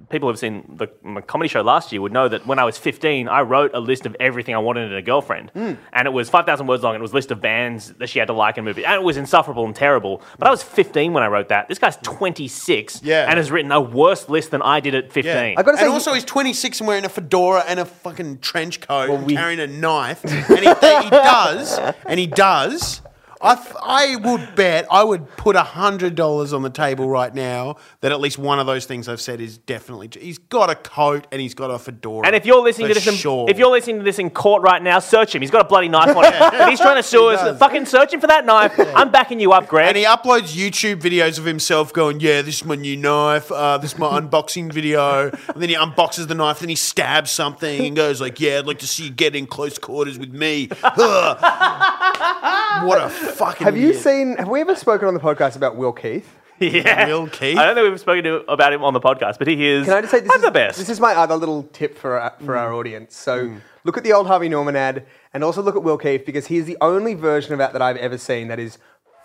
people who've seen the, my comedy show last year would know that when I was 15, I wrote a list of everything I wanted in a girlfriend. Hmm. And it was 5,000 words long, and it was a list of bands that she had to like and movie. And it was insufferable and terrible. But I was 15 when I wrote that. This guy's 26 Yeah. and has written a worse list than I did at 15. Yeah. I gotta say- and also, he's 26 and wearing a fedora and a fucking trench coat and we- carrying a knife. and he, he does, and he does. I, f- I would bet, I would put $100 on the table right now that at least one of those things I've said is definitely. tr- He's got a coat and he's got a fedora. And if you're listening for to this, in, sure. if you're listening to this in court right now, search him. He's got a bloody knife [laughs] on him. If he's trying to sue us, does. fucking search him for that knife. I'm backing you up, Greg. And he uploads YouTube videos of himself going, "Yeah, this is my new knife. Uh, this is my unboxing video." And then he unboxes the knife, then he stabs something and goes like, "Yeah, I'd like to see you get in close quarters with me." [laughs] Ugh. what a fucking. Have you weird- [laughs] seen? Have we ever spoken on the podcast about Will Keith? [laughs] yeah. Will Keith? I don't think we've spoken to, about him on the podcast, but he is. Can I just say this I'm is the best. Mm. This is my other little tip for our, for our audience. So look at the old Harvey Norman ad, and also look at Will Keefe because he is the only version of that that I've ever seen that is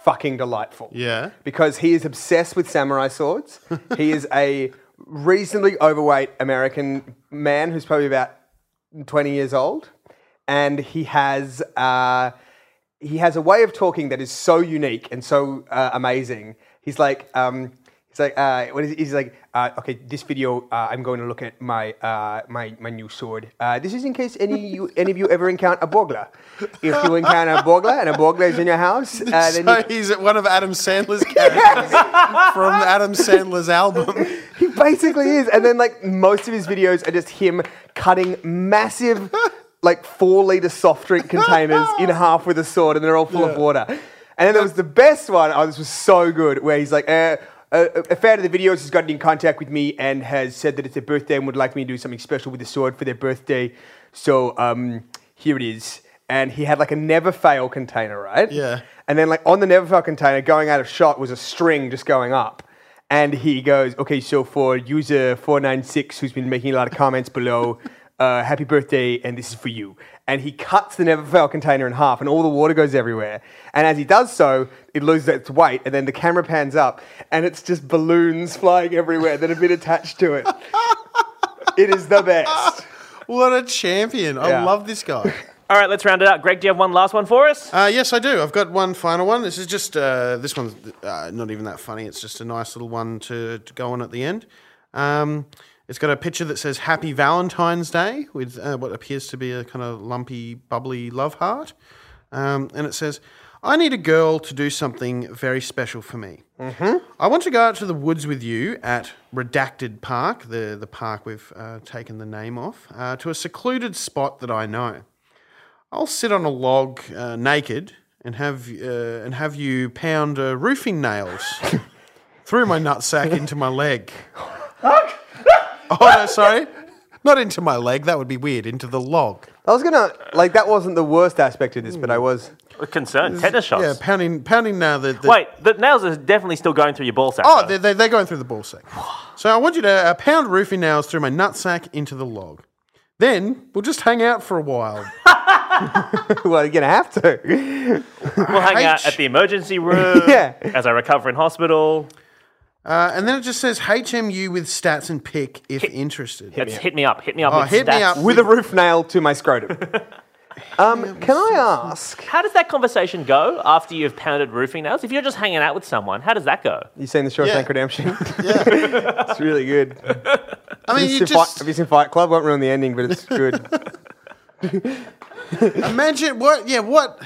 fucking delightful. Yeah. because he is obsessed with [laughs] samurai swords. he is a reasonably overweight American man who's probably about twenty years old, and he has. Uh, he has a way of talking that is so unique and so uh, amazing. He's like, um, It's like, uh, what is it? He's like, uh, okay, this video, uh, I'm going to look at my uh, my my new sword. Uh, this is in case any you, any of you ever encounter a burglar. If you encounter a burglar and a burglar is in your house, uh, then so he's at one of Adam [laughs] Sandler's characters from Adam Sandler's album. [laughs] He basically is. And then like most of his videos are just him cutting massive like four liter soft drink containers in half with a sword and they're all full of water. And then there was the best one. Oh, this was so good. Where he's like, uh, a, a fan of the videos has gotten in contact with me and has said that it's their birthday and would like me to do something special with the sword for their birthday. So um, here it is. And he had like a never fail container, right? Yeah. And then like on the never fail container, going out of shot was a string just going up. And he goes, okay, so for user 496, who's been making a lot of comments below, [laughs] uh, happy birthday, and this is for you. And he cuts the never fail container in half, and all the water goes everywhere. And as he does so, it loses its weight, and then the camera pans up, and it's just balloons flying everywhere that have been attached to it. [laughs] it is the best. What a champion. I Yeah. love this guy. All right, let's round it out. Greg, do you have one last one for us? Uh, yes, I do. I've got one final one. This is just uh, this one's uh, not even that funny. It's just a nice little one to, to go on at the end. Um, it's got a picture that says "Happy Valentine's Day" with uh, what appears to be a kind of lumpy, bubbly love heart, um, and it says, "I need a girl to do something very special for me. Mm-hmm. I want to go out to the woods with you at Redacted Park, the the park we've uh, taken the name off, uh, to a secluded spot that I know." I'll sit on a log uh, naked and have uh, and have you pound uh, [laughs] roofing nails through my nutsack into my leg. oh no, sorry, not into my leg. That would be weird. Into the log. I was gonna, like, that wasn't the worst aspect of this, but I was. [laughs] Concern. Tetanus shots. Yeah, pounding pounding now the, the Wait, the nails are definitely still going through your ball sack. Oh, though. they're, they're, they're going through the [sighs] ball sack. So I want you to uh, pound roofing nails through my nutsack into the log. Then we'll just hang out for [laughs] a while. well, you're gonna have to. we'll hang out H. at the emergency [laughs] room. Yeah. As I recover in hospital. Uh, and then it just says HMU with stats and pick if interested. That's hit me up. Hit me up. Oh, with hit me stats. up. With a roof nail to [laughs] my scrotum. Um, can I ask? How does that conversation go after you've pounded roofing nails? If you're just hanging out with someone, how does that go? You seen the Shawshank Yeah. Redemption? [laughs] Yeah, it's really good. I mean, you Seen Fi- just have you seen Fight Club? Won't ruin the ending, but it's [laughs] good. Imagine what? Yeah, what?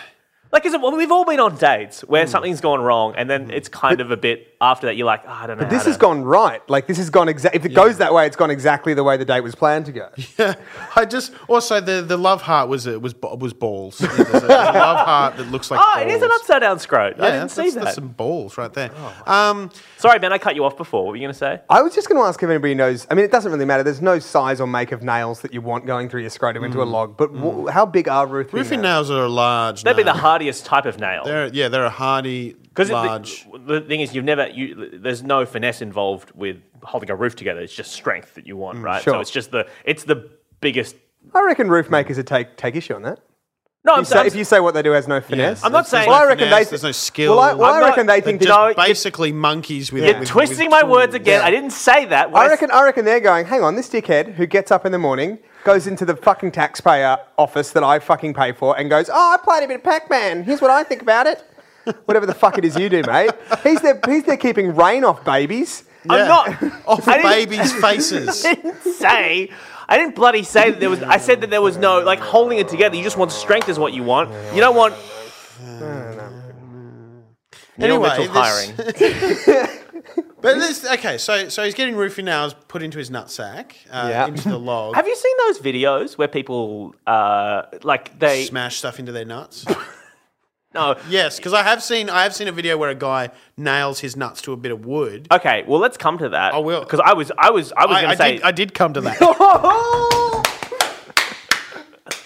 Like, is it? Well, we've all been on dates where something's gone wrong, and then it's kind of a bit after that. You're like, "Oh, I don't know. this how to-" has gone right. Like this has gone exactly. If it goes that way, it's gone exactly the way the date was [laughs] planned to go. [laughs] I just also the the love heart was it was ba- was balls. It was a- it was a love heart that looks [laughs] like. Oh, balls. it is an upside down scrote. I Yeah, didn't that's, see that's that. some balls right there. um, Sorry, Ben, I cut you off before. What were you going to say? I was just going to ask if anybody knows. I mean, it doesn't really matter. There's no size or make of nails that you want going through your scrotum into a Mm. log. But wh- how big are roofing? roofing nails? nails are a large. That'd be the nail. hardiest type of nail. They're, yeah, they're a hardy, it- large. The, the thing is, you've never. You, there's no finesse involved with holding a roof together. It's just strength that you want, Hmm, right? So sure. it's just the. It's the biggest. I reckon roof makers would take take issue on that. No, I'm You say, saying if you say what they do has no finesse, I'm not saying- Well, There's I no reckon finesse, they. there's no skill. Well, I, well, I'm I not- reckon they're they think just that- No, it- basically monkeys with. You're with- twisting with my words tools. again. Yeah. I didn't say that. What I s- reckon, I reckon they're going, hang on, this dickhead who gets up in the morning, goes into the fucking taxpayer office that I fucking pay for, and goes, oh, I played a bit of Pac Man. Here's what I think about it. Whatever the fuck it is you do, mate. He's there, he's there keeping rain off babies. I'm [laughs] Yeah. not. Off I didn't- [laughs] babies' faces. I didn't say. I didn't bloody say that there was. I said that there was no like holding it together. You just want strength is what you want. You don't want. Neil Anyway, Mitchell this- [laughs] hiring. But this, okay, so so he's getting roofing nails put into his nutsack uh, Yeah. into the log. [laughs] Have you seen those videos where people uh, like they smash stuff into their nuts? no? Yes, because I have seen I have seen a video where a guy nails his nuts to a bit of wood. Okay, well let's come to that. I will. because I was I was I was I, going I to say did, I did come to that. [laughs]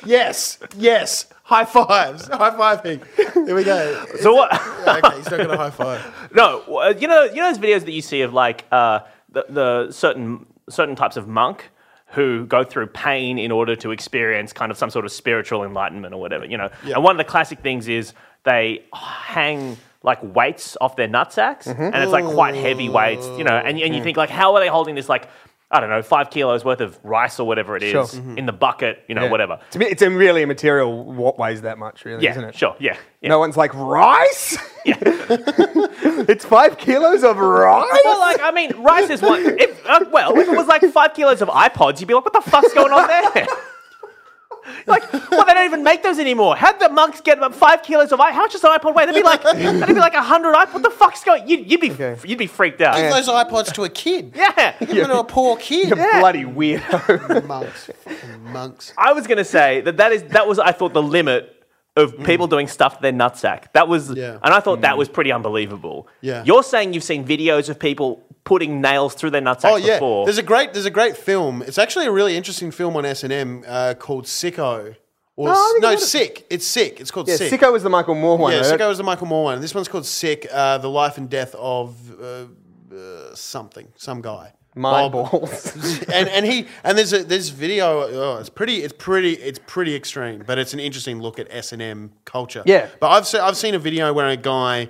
yes, yes. High fives, high fiving. There we go. so what? Yeah, okay, he's not gonna high five. No, well, you know, you know those videos that you see of like uh, the, the certain certain types of monk who go through pain in order to experience kind of some sort of spiritual enlightenment or whatever. You know, and one of the classic things is they hang like Mm-hmm. weights off their nutsacks, and it's like quite heavy weights. You know, and and you think like, how are they holding this like? I don't know, five kilos worth of rice or whatever it is Sure. Mm-hmm. in the bucket, you know, Yeah. whatever. It's, a bit- it's a really immaterial what weighs that much, really, Yeah, isn't it? sure, yeah. yeah. No one's like, rice? Yeah. [laughs] it's five kilos of rice? Well, like I mean, rice is one. If, uh, well, if it was like five kilos of iPods, you'd be like, "What the fuck's going on there?" [laughs] like, well, they don't even make those anymore. How'd the monks get about five kilos of iPod? How much does an iPod weigh? That'd be like, that'd be like a hundred iPod. What the fuck's going? You'd, you'd be, Okay. you'd be freaked out. Give Yeah. those iPods to a kid. Give them to a poor kid. You [laughs] bloody weirdo. Monks. Fucking monks. I was gonna say that that is that was I thought the limit of Mm. people doing stuff to their nutsack. That was, Yeah. and I thought that was pretty unbelievable. Yeah. You're saying you've seen videos of people putting nails through their nutsacks Oh yeah, before. there's a great there's a great film. It's actually a really interesting film on S and M uh, called Sicko. Or I S- think I no, got it. sick. It's sick. It's called Yeah, sick. Sicko was the Michael Moore one. yeah, right? Sicko is the Michael Moore one. This one's called Sick. Uh, the life and death of uh, uh, something, some guy. My Bob. balls. [laughs] [laughs] and and he and there's a there's video. Oh, it's pretty. It's pretty. It's pretty extreme, but it's an interesting look at S and M culture. Yeah. But I've se- I've seen a video where a guy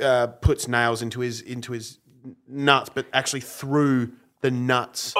uh, puts nails into his into his nuts, but actually through the nuts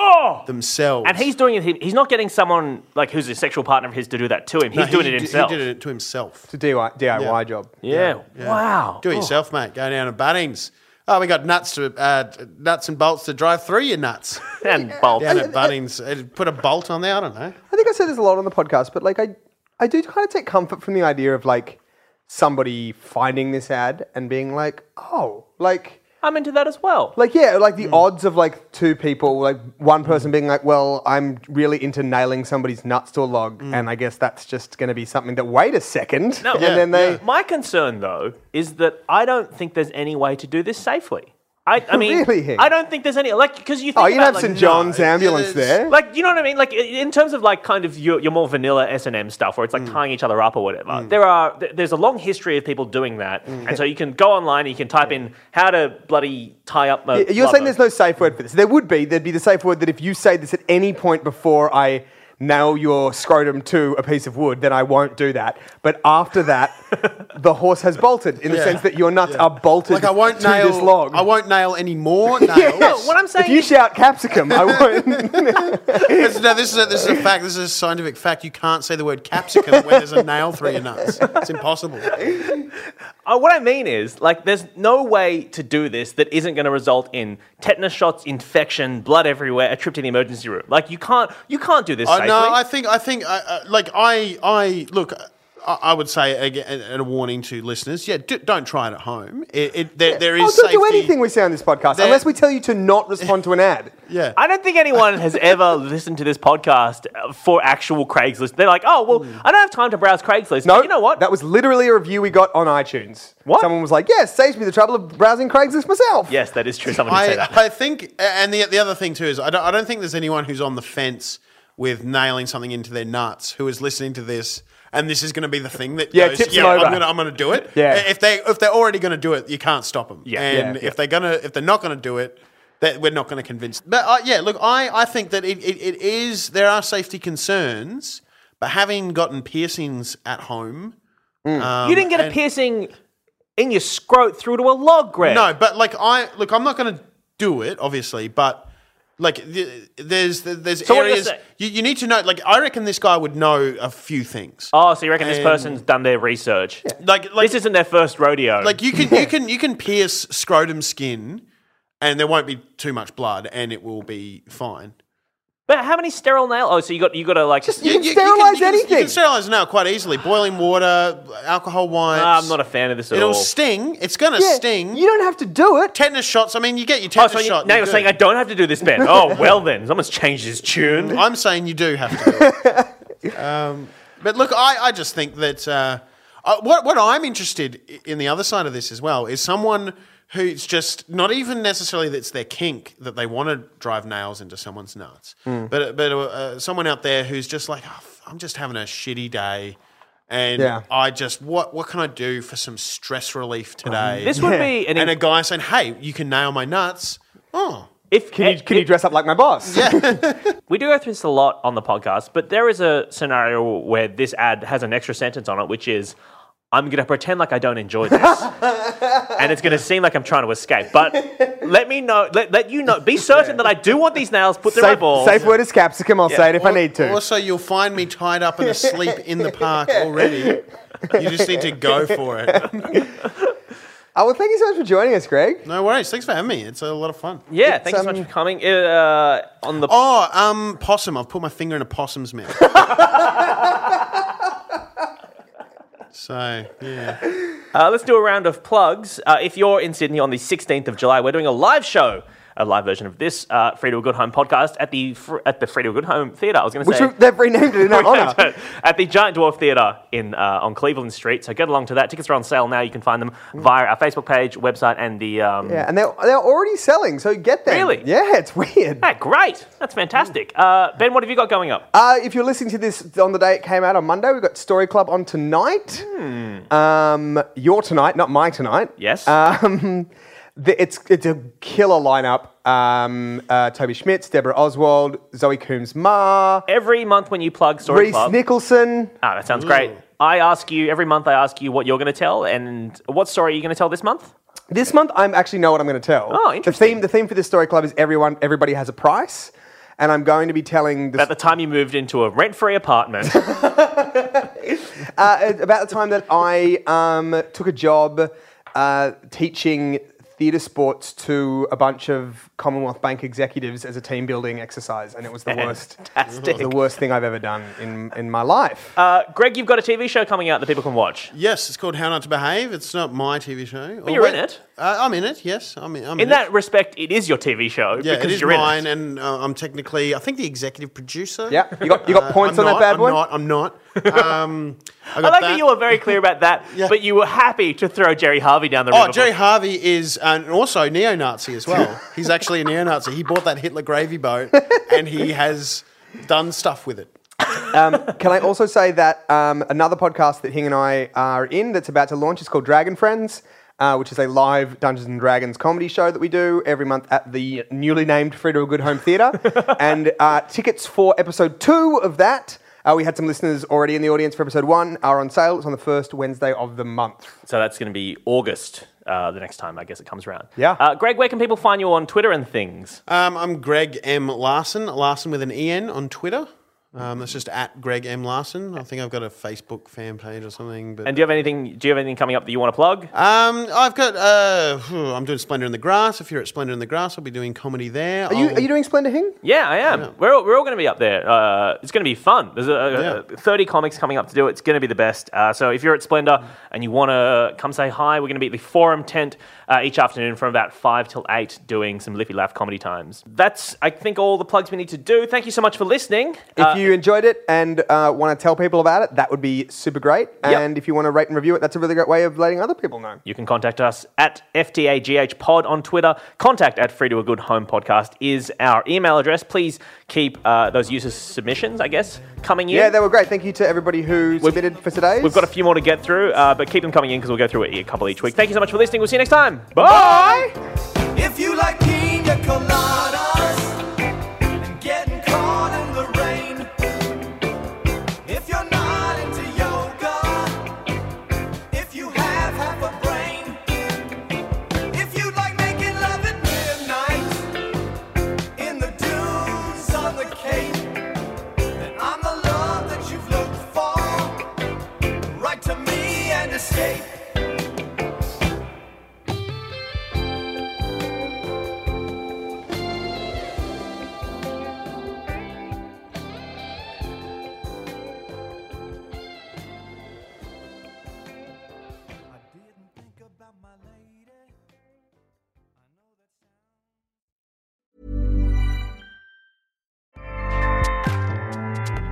themselves. And he's doing it. he- He's not getting someone like who's a sexual partner of his to do that to him. He's No, doing he it did- himself. He did it to himself. It's a DIY, DIY Yeah. job. Yeah. Wow. Do it Oh. yourself, mate. Go down to Bunnings. Oh, we got nuts to uh, nuts and bolts to drive through your [laughs] nuts. And bulk. Down at Bunnings, It'd put a bolt on there. I don't know. I think I said this a lot on the podcast, but like I, I do kind of take comfort from the idea of like somebody finding this ad and being like, oh, like, I'm into that as well. like yeah, like Hmm. the odds of like two people, like one person being like, well, I'm really into nailing somebody's nuts to a log, and I guess that's just going to be something that wait a second, Hmm. No. and Yeah, then they. yeah. My concern though is that I don't think there's any way to do this safely. I, I mean, [laughs] Really? I don't think there's any like because you think Oh, you'd about, have like, St. John's no, ambulance it's- there. Like you know what I mean? Like i- in terms of like kind of your, your more vanilla S and M stuff, where it's Mm. like tying each other up or whatever. There are th- there's a long history of people doing that, Mm. and so you can go online and you can type in how to bloody tie up. A You're saying lover. there's no safe word for this. There would be. There'd be the safe word that if you say this at any point before I nail your scrotum to a piece of wood, then I won't do that. But after [laughs] that, the horse has bolted in the Yeah. sense that your nuts Yeah. are bolted Like I [laughs] won't to nail. this log. I won't nail any [laughs] more Yeah. nails. No, what I'm saying If you is- shout capsicum, I won't. [laughs] This- no, this is a, this is a fact. This is a scientific fact. You can't say the word capsicum when there's a nail through your nuts. [laughs] It's impossible. Uh, what I mean is, like, there's no way to do this that isn't going to result in tetanus shots, infection, blood everywhere, a trip to the emergency room. Like, you can't, you can't do this Uh, safely. no, I think I think uh, uh, like I I look. I, I would say again, and- and a warning to listeners. Yeah, do, don't try it at home. It, it, there, [laughs] there is I'll safety. Oh, do anything we say on this podcast There- unless we tell you to not respond to an ad. [laughs] Yeah. [laughs] I don't think anyone has ever listened to this podcast uh, for actual Craigslist. They're like, oh, well, Hmm. I don't have time to browse Craigslist. No, you know what? That was literally a review we got on iTunes. What? Someone was like, "Yes, saves me the trouble of browsing Craigslist myself." yes, that is true. Someone did say I, that. I think, and the, the other thing too is, I don't, I don't think there's anyone who's on the fence with nailing something into their nuts who is listening to this, and this is going to be the thing that Yeah, goes, tips yeah, them over." I'm going I'm to do it. Yeah. If they if they're already going to do it, you can't stop them. Yeah. and Yeah, yeah. if they're gonna if they're not going to do it. That we're not going to convince. But uh, yeah, look, I, I think that it, it, it is, there are safety concerns, but having gotten piercings at home. um, you didn't get a piercing in your scrot through to a log, Greg. No, but like, I, look, I'm not going to do it, obviously, but like, th- there's, there's So what you're areas. saying- You, you need to know, like, I reckon this guy would know a few things. Oh, so you reckon this Um, person's done their research? Like, like, this isn't their first rodeo. like you can [laughs] you can you can pierce scrotum skin, and there won't be too much blood, and it will be fine. but how many sterile nails? Oh, so you got you got to like. You can sterilise you can- You anything. can sterilize now quite easily. Boiling water, alcohol wipes. Ah, I'm not a fan of this at It'll all. sting. It's gonna Yeah, sting. You don't have to do it. tetanus shots. I mean, you get your Oh, tetanus so you- shot. now you're you're good. saying I don't have to do this [laughs] bit. Oh, well then, someone's changed his tune. I'm saying you do have to. Do [laughs] it. um, but look, I, I just think that uh, uh, what what I'm interested i- in the other side of this as well is someone who's just not even necessarily that's their kink that they want to drive nails into someone's nuts, Hmm. but but uh, someone out there who's just like "Oh, f- I'm just having a shitty day. And Yeah. I just what what can I do for some stress relief today? Uh-huh. This would Yeah. be an and a guy saying, "Hey, you can nail my nuts." Oh, if Can you, can you dress up like my boss? [laughs] Yeah. we do go through this a lot on the podcast, but there is a scenario where this ad has an extra sentence on it, which is, I'm going to pretend like I don't enjoy [laughs] this. and it's going to seem like I'm trying to escape. But let me know, let, let you know, be certain that I do want these nails put through my Safe, balls. safe word is capsicum. I'll say it if I Al- need to. [laughs] Also, you'll find me tied up and asleep in the park already. You just need to go for it. Oh, well, thank you so much for joining us, Greg. No worries. Thanks for having me. It's a lot of fun. Yeah, thank you so um, much for coming. Uh, on the Oh, um, possum. I've put my finger in a [laughs] possum's mouth. so, yeah. Uh, let's do a round of plugs. Uh, if you're in Sydney on the 16th of July, we're doing a live show, a live version of this uh, Free to a Good Home podcast at the Fr- at the Free to a Good Home Theatre. I was going to Which say. we- they've [laughs] renamed Oh, it in our honour. at the Giant Dwarf Theatre in uh, on Cleveland Street. So get along to that. Tickets are on sale now. You can find them via our Facebook page, website, and the. Um, Yeah, and they're, they're already selling, so get them. Really? Yeah, it's Hey, weird. Ah, great! That's fantastic. Uh, ben, what have you got going up? Uh, if you're listening to this on the day it came out on Monday, we've got Story Club on tonight. Hmm. Um, your tonight, not my tonight. Yes. Um, the, it's it's a killer lineup. Um, uh, Toby Schmitz, Deborah Oswald, Zoe Coombs, Ma, every month when you plug Story Reese Club. Nicholson. ah, that sounds great. I ask you every month. I ask you what you're going to tell, and what story are you going to tell this month? This month, I actually know what I'm going to tell. Oh, interesting. The theme, the theme for this story club is everyone, everybody has a price, and I'm going to be telling the At the time you moved into a rent-free apartment. [laughs] uh, at about the time that I um, took a job uh, teaching theatre sports to a bunch of Commonwealth Bank executives as a team building exercise, and it was the worst, Fantastic. the worst thing I've ever done in in my life. Uh, Greg, you've got a TV show coming out that people can watch. Yes, it's called How Not to Behave. It's not my TV show. But you're in it. Uh, I'm in it, yes. I'm in, I'm In it. that respect, it is your TV show Yeah, because it is you're mine, in it. and uh, I'm technically, I think, the executive producer. Uh, yeah, you got you got points I'm on not, that bad I'm boy. Not, [laughs] I'm not. Um, I, I got like that. you were very clear about that, [laughs] Yeah. but you were happy to throw Jerry Harvey down the Oh, river. Jerry Harvey is and also neo-Nazi as well. He's actually a neo-Nazi. He bought that Hitler gravy boat, and he has done stuff with it. Um, can I also say that um, another podcast that Hing and I are in that's about to launch is called Dragon Friends, uh, which is a live Dungeons and Dragons comedy show that we do every month at the newly named Frida Good Home [laughs] Theatre. and uh, tickets for episode two of that. Uh, we had some listeners already in the audience for episode one are on sale. It's on the first Wednesday of the month. So that's going to be August uh, the next time I guess it comes around. Yeah. Uh, Greg, where can people find you on Twitter and things? Um, I'm Greg M Larson, Larson with an en on Twitter. Um, that's just at Greg M Larson. I think I've got a Facebook fan page or something. But And do you have anything? Do you have anything coming up that you want to plug? um, I've got uh, phew, I'm doing Splendor in the Grass. If you're at Splendor in the Grass, I'll be doing comedy there. Are you, are you doing Splendor Hing? yeah, I am. We're all, we're all going to be up there. Uh, it's going to be fun. There's a, a- Yeah. 30 comics coming up to do it. It's going to be the best. Uh, so if you're at Splendor and you want to come say hi, we're going to be at the Forum tent uh, each afternoon from about 5 till 8 doing some Liffy Laugh comedy times. That's, I think, all the plugs we need to do. Thank you so much for listening. If Uh, you enjoyed it and uh, want to tell people about it, that would be super great. Yep. And if you want to rate and review it, that's a really great way of letting other people know. You can contact us at FTAGH Pod on Twitter. Contact at Free to a Good Home Podcast is our email address. Please keep uh, those user submissions, I guess, coming in. Yeah, they were great. Thank you to everybody who submitted for today. We've got a few more to get through, uh, but keep them coming in because we'll go through a couple each week. Thank you so much for listening. We'll see you next time. Bye. If you like pina coladas and getting caught in the rain, if you're not into yoga, if you have half a brain, if you like making love at midnight in the dunes on the cape, then I'm the love that you've looked for. Write to me and escape. I didn't think about my lady. I know that sounds.